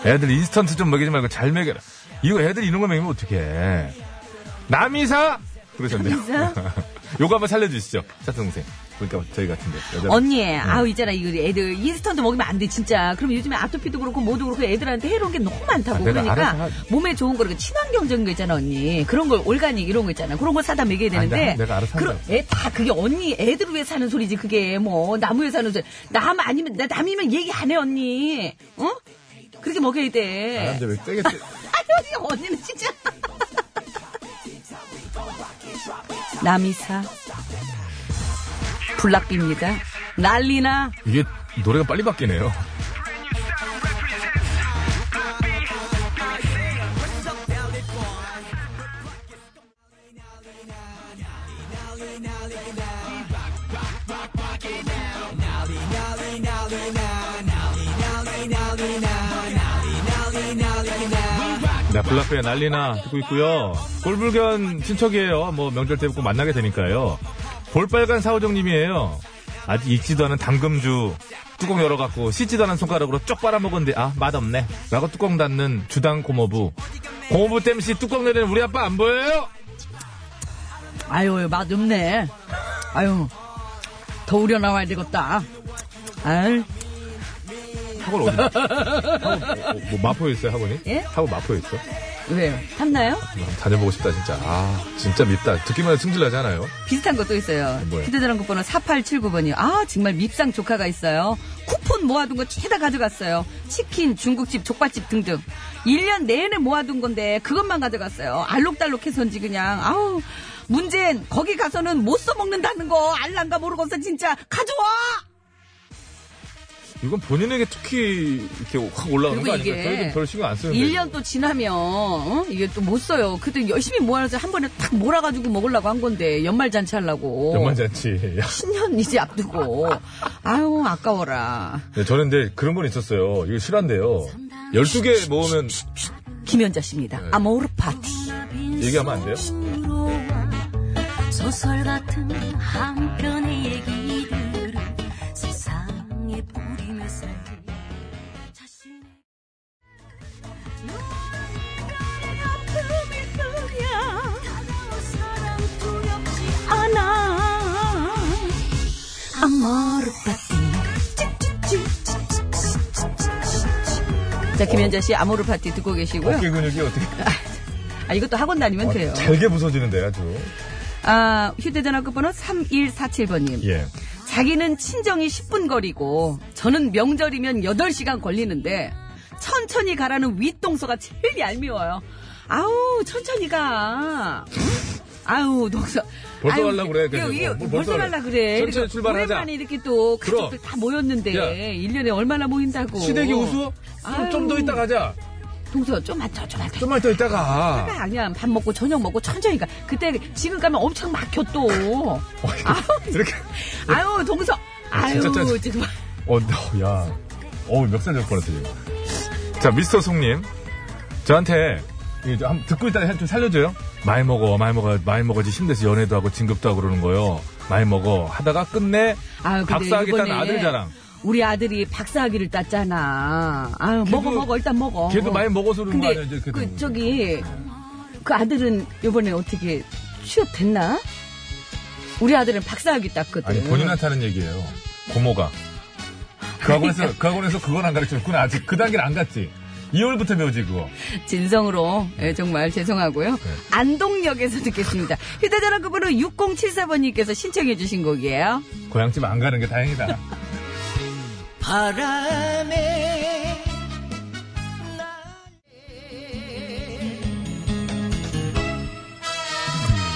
애들 인스턴트 좀 먹이지 말고 잘 먹여라. 이거 애들 이런 거 먹이면 어떡해. 남이사 그러셨네요. 요거 한번 살려 주시죠. 사촌 동생. 그러니까 저희 같은데. 여자 언니, 아우, 있잖아, 이거 애들 인스턴트 먹으면 안 돼, 진짜. 그럼 요즘에 아토피도 그렇고, 뭐도 그렇고, 애들한테 해로운 게 너무 많다고. 아, 내가 그러니까, 알아서 하- 몸에 좋은 거, 이렇게 친환경적인 거 있잖아, 언니. 그런 걸, 올가닉 이런 거 있잖아. 그런 걸 사다 먹여야 아니, 되는데. 나- 내가 알아서 그런- 한다고. 애, 다 그게 언니, 애들 위해 사는 소리지, 그게. 뭐, 나무 위해 사는 소리. 남 아니면, 나 남이면 얘기 안 해, 언니. 어? 그렇게 먹여야 돼. 남자 왜 세게 세- 아유, 언니는 진짜. 남이사. 블락비입니다. 난리나. 이게 노래가 빨리 바뀌네요. 네, 블락비의 난리나 듣고 있고요. 꼴불견 친척이에요. 뭐 명절 때 꼭 만나게 되니까요. 볼빨간 사오정님이에요. 아직 익지도 않은 담금주 뚜껑 열어갖고 씻지도 않은 손가락으로 쪽 빨아먹었는데 아 맛없네 라고 뚜껑 닫는 주당 고모부 고모부 땜시 뚜껑 내리는 우리 아빠 안 보여요? 아유, 맛 없네. 아유, 더 우려나와야 되겠다. 아유, 학원 어디? 학원 뭐, 뭐, 뭐 마포에 있어요 학원이? 예? 학원 마포에 있어? 왜요? 탐나요? 한번 다녀보고 싶다 진짜 아 진짜 밉다 듣기만 해도 승질나잖아요 비슷한 것도 있어요. 뭐요? 휴대전화 끝번호 4879번이요. 아, 정말 밉상 조카가 있어요. 쿠폰 모아둔 거 죄다 가져갔어요. 치킨, 중국집, 족발집 등등. 1년 내내 모아둔 건데 그것만 가져갔어요. 알록달록해서인지 그냥 아우 문제는 거기 가서는 못 써먹는다는 거 알란가 모르고서 진짜 가져와! 이건 본인에게 특히 이렇게 확 올라오는 거 그리고 아닌가요? 이게 저희도 별 신경 안 쓰는데 1년 또 지나면 어? 이게 또 못 써요. 그때 열심히 모아서 한 번에 탁 몰아가지고 먹으려고 한 건데 연말잔치 하려고. 연만잔치 야, 신년 이제 앞두고 아유 아까워라 네, 저는 근데 그런 건 있었어요 이거 실화인데요 12개 모으면 네. 김연자 씨입니다 아모르 파티 얘기하면 안 돼요? 소설 같은 한 편의 얘기들을 세상에 뿌리면서 자신의 누군가의 아픔일 뿐이야 다가올 사람 두렵지 않아 아모르 파티 자, 김현자 씨 아모르 파티 듣고 계시고요. 어깨 근육이 어떻게 아, 이것도 학원 어, 다니면 돼요. 잘게 부서지는데 아주. 아, 휴대전화 끝번호 3147번님. 예. 자기는 친정이 10분 거리고 저는 명절이면 8시간 걸리는데 천천히 가라는 윗동서가 제일 얄미워요. 아우 천천히 가. 응? 아우 동서. 벌써 아유, 가려고 그래, 이거, 그래서. 이거 뭐, 벌써 벌써 가려고 그래. 천천히 그러니까 출발하자. 오랜만에 이렇게 또 가족들 그럼. 다 모였는데 야. 1년에 얼마나 모인다고. 시댁이 우수? 아유. 좀 더 있다 가자. 동서 좀 맞춰 좀 맞춰. 좀만 더 있다 가. 아니야 밥 먹고 저녁 먹고 천천히 가. 그때 지금 가면 엄청 막혀 또. 아우 이렇게. 아유 동서. 아유 진짜 짜증. 지금. 어, 너, 야. 어우, 멱살 잡고 뻔했어, 지금. 자, 미스터 송님. 저한테 이거 좀 한번 듣고 있다가 좀 살려줘요. 많이 먹어, 많이 먹어, 많이 먹어지 힘들어서 연애도 하고 진급도 하고 그러는 거요. 많이 먹어. 하다가 끝내 아유, 근데 박사하겠다는 이번에 아들 자랑. 우리 아들이 박사학위를 땄잖아. 아유, 먹어, 먹어, 일단 먹어. 걔도 많이 먹어서 그런 거 근데 아니야, 이제 그, 그 저기, 그 아들은 요번에 어떻게 취업됐나? 우리 아들은 박사학위 땄거든. 아니, 본인한테 하는 얘기예요. 고모가. 그 학원에서, 그 학원에서 그건 안 가르쳤구나. 아직 그 단계를 안 갔지. 2월부터 배우지, 그거. 진성으로, 예, 정말 네. 죄송하고요. 안동역에서 듣겠습니다. 휴대전화 끝번호 6074번님께서 신청해주신 곡이에요. 고향집 안 가는 게 다행이다. 바람에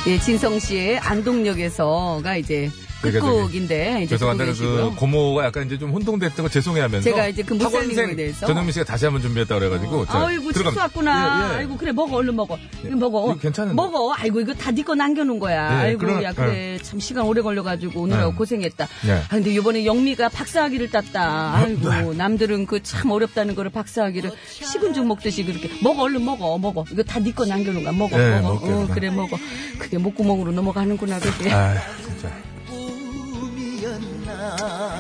예, 진성 씨의 안동역에서가 이제 그러니까 저기, 끝곡인데, 이제 죄송한데 듣고 계시고요. 그 고모가 약간 이제 좀 혼동됐던 거 죄송해하면서 제가 이제 그못 살린 거에 대해서. 전영민 씨가 다시 한번 준비했다 그래가지고 자, 아이고 들어갑니다. 치수 왔구나. 예, 예. 아이고 그래 먹어 얼른 먹어. 이거 먹어. 이거 괜찮은데. 먹어. 아이고 이거 다 네 거 남겨놓은 거야. 예, 아이고 그럼, 야 그래 참 시간 오래 걸려가지고 오느라고 예. 고생했다. 예. 아 근데 이번에 영미가 박사학위를 땄다. 네. 아이고 남들은 그 참 어렵다는 거를 박사학위를 식은 죽 먹듯이 그렇게 먹어 얼른 먹어 먹어. 이거 다 네 거 남겨놓은 거야. 먹어 예, 먹어. 먹게, 어, 그래. 그래 먹어. 그게 목구멍으로 넘어가는구나 그게. 아 진짜. 꿈이었나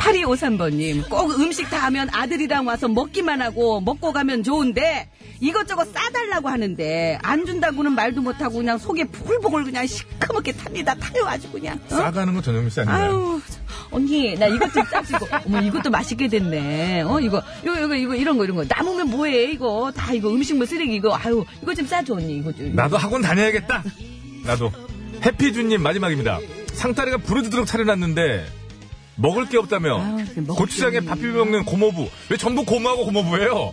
8253번님, 꼭 음식 다 하면 아들이랑 와서 먹기만 하고 먹고 가면 좋은데 이것저것 싸달라고 하는데 안 준다고는 말도 못하고 그냥 속에 보글보글 그냥 시커멓게 탑니다. 타요 아주 그냥. 어? 싸가는 건 전영미 씨 아니에요. 아유, 언니, 나 이것 좀 싸주고. 어머, 이것도 맛있게 됐네. 어, 이거, 이거, 이거, 이거, 이런 거, 이런 거. 남으면 뭐해, 이거. 다 이거 음식물 쓰레기, 이거. 아유, 이거 좀 싸줘, 언니, 이거 좀. 나도 학원 다녀야겠다. 나도 해피준님 마지막입니다. 상다리가 부르짖도록 차려놨는데 먹을 게 없다며 아유, 이게 먹을 고추장에 게 밥 비벼 먹는 고모부 왜 전부 고모하고 고모부예요?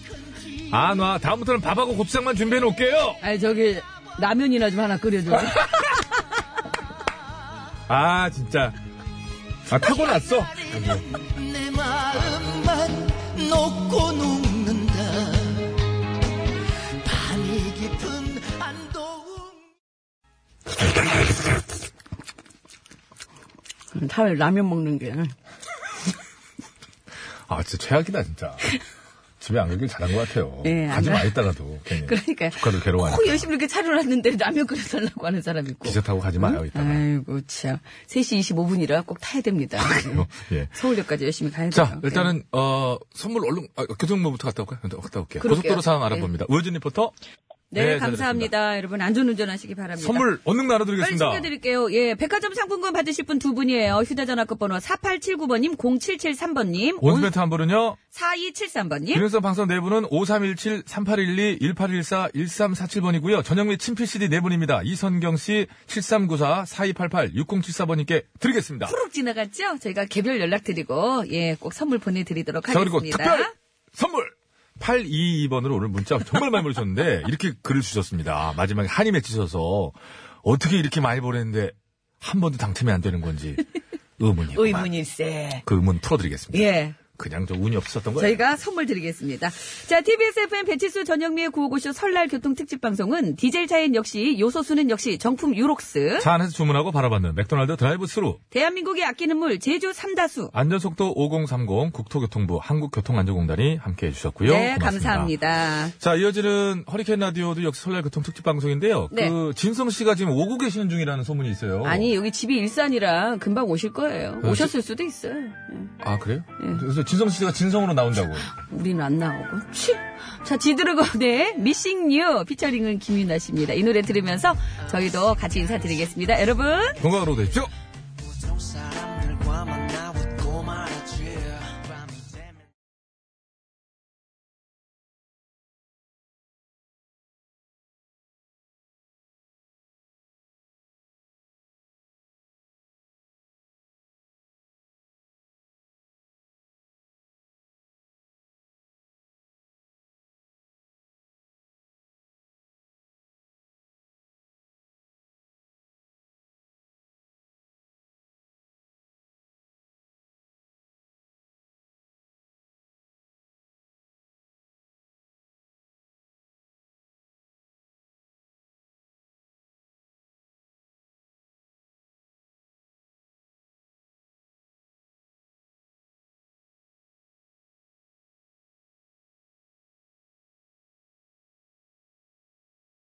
안 와. 다음부터는 밥하고 고추장만 준비해 놓을게요. 아니, 저기, 라면이나 좀 하나 끓여줘. 아 진짜. 아 타고났어. 내 마음만 녹고 눕는다 밤이 깊은 안동 차라리 라면 먹는 게. 아, 진짜 최악이다, 진짜. 집에 안 가길 잘한 것 같아요. 예, 안 가지 마 가- 있다가도. 괜히. 그러니까요. 조카들 괴로워하니까. 꼭 열심히 이렇게 차려놨는데 라면 끓여달라고 하는 사람 있고. 기차 타고 가지 마요, 이따가. 아이고, 참. 3시 25분이라 꼭 타야 됩니다. 네. 예. 서울역까지 열심히 가야 돼요. 아, 자 일단은 어 선물 얼른 아, 교통부부터 갔다 올까요? 갔다 올게요. 그럴게요. 고속도로 상황 네. 알아봅니다. 우진 리포터. 네, 네, 감사합니다. 여러분, 안전운전 하시기 바랍니다. 선물 언능 빨리 나눠드리겠습니다. 챙겨드릴게요. 예, 백화점 상품권 받으실 분 두 분이에요. 휴대전화 끝번호 4879번님, 0773번님, 원스멘트 한 분은요. 4273번님. 김영선 방송 네 분은 5317, 3812, 1814, 1347번이고요. 전영미 친필 CD 네 분입니다. 이선경 씨, 7394, 4288, 6074번님께 드리겠습니다. 푸룩 지나갔죠? 저희가 개별 연락드리고, 예, 꼭 선물 보내드리도록 자, 그리고 하겠습니다. 특별 선물! 822번으로 오늘 문자 정말 많이 보내셨는데, 이렇게 글을 주셨습니다. 마지막에 한이 맺히셔서, 어떻게 이렇게 많이 보냈는데, 한 번도 당첨이 안 되는 건지, 의문이요. 의문일세. 그 의문 풀어드리겠습니다. 예. 그냥 저 운이 없었던 거예요. 저희가 선물 드리겠습니다. 자, TBS FM 배치수 전영미의 구호고쇼 설날 교통 특집 방송은 디젤 차인 역시 요소수는 역시 정품 유록스. 차 안에서 주문하고 바라봤는 맥도날드 드라이브 스루 대한민국이 아끼는 물 제주 삼다수. 안전속도 5030 국토교통부 한국교통안전공단이 함께해 예, 주셨고요. 네, 고맙습니다. 감사합니다. 자, 이어지는 허리케인 라디오도 역시 설날 교통 특집 방송인데요. 네. 그 진성 씨가 지금 오고 계시는 중이라는 소문이 있어요. 아니, 여기 집이 일산이라 금방 오실 거예요. 어, 오셨을 수도 있어요. 예. 아, 그래요? 예. 그래서 진성 씨가 진성으로 나온다고. 우리는 안 나오고. 치. 자, 지드르거네 미싱 뉴 피처링은 김윤아 씨입니다. 이 노래 들으면서 저희도 같이 인사드리겠습니다. 여러분. 건강으로 되십시오.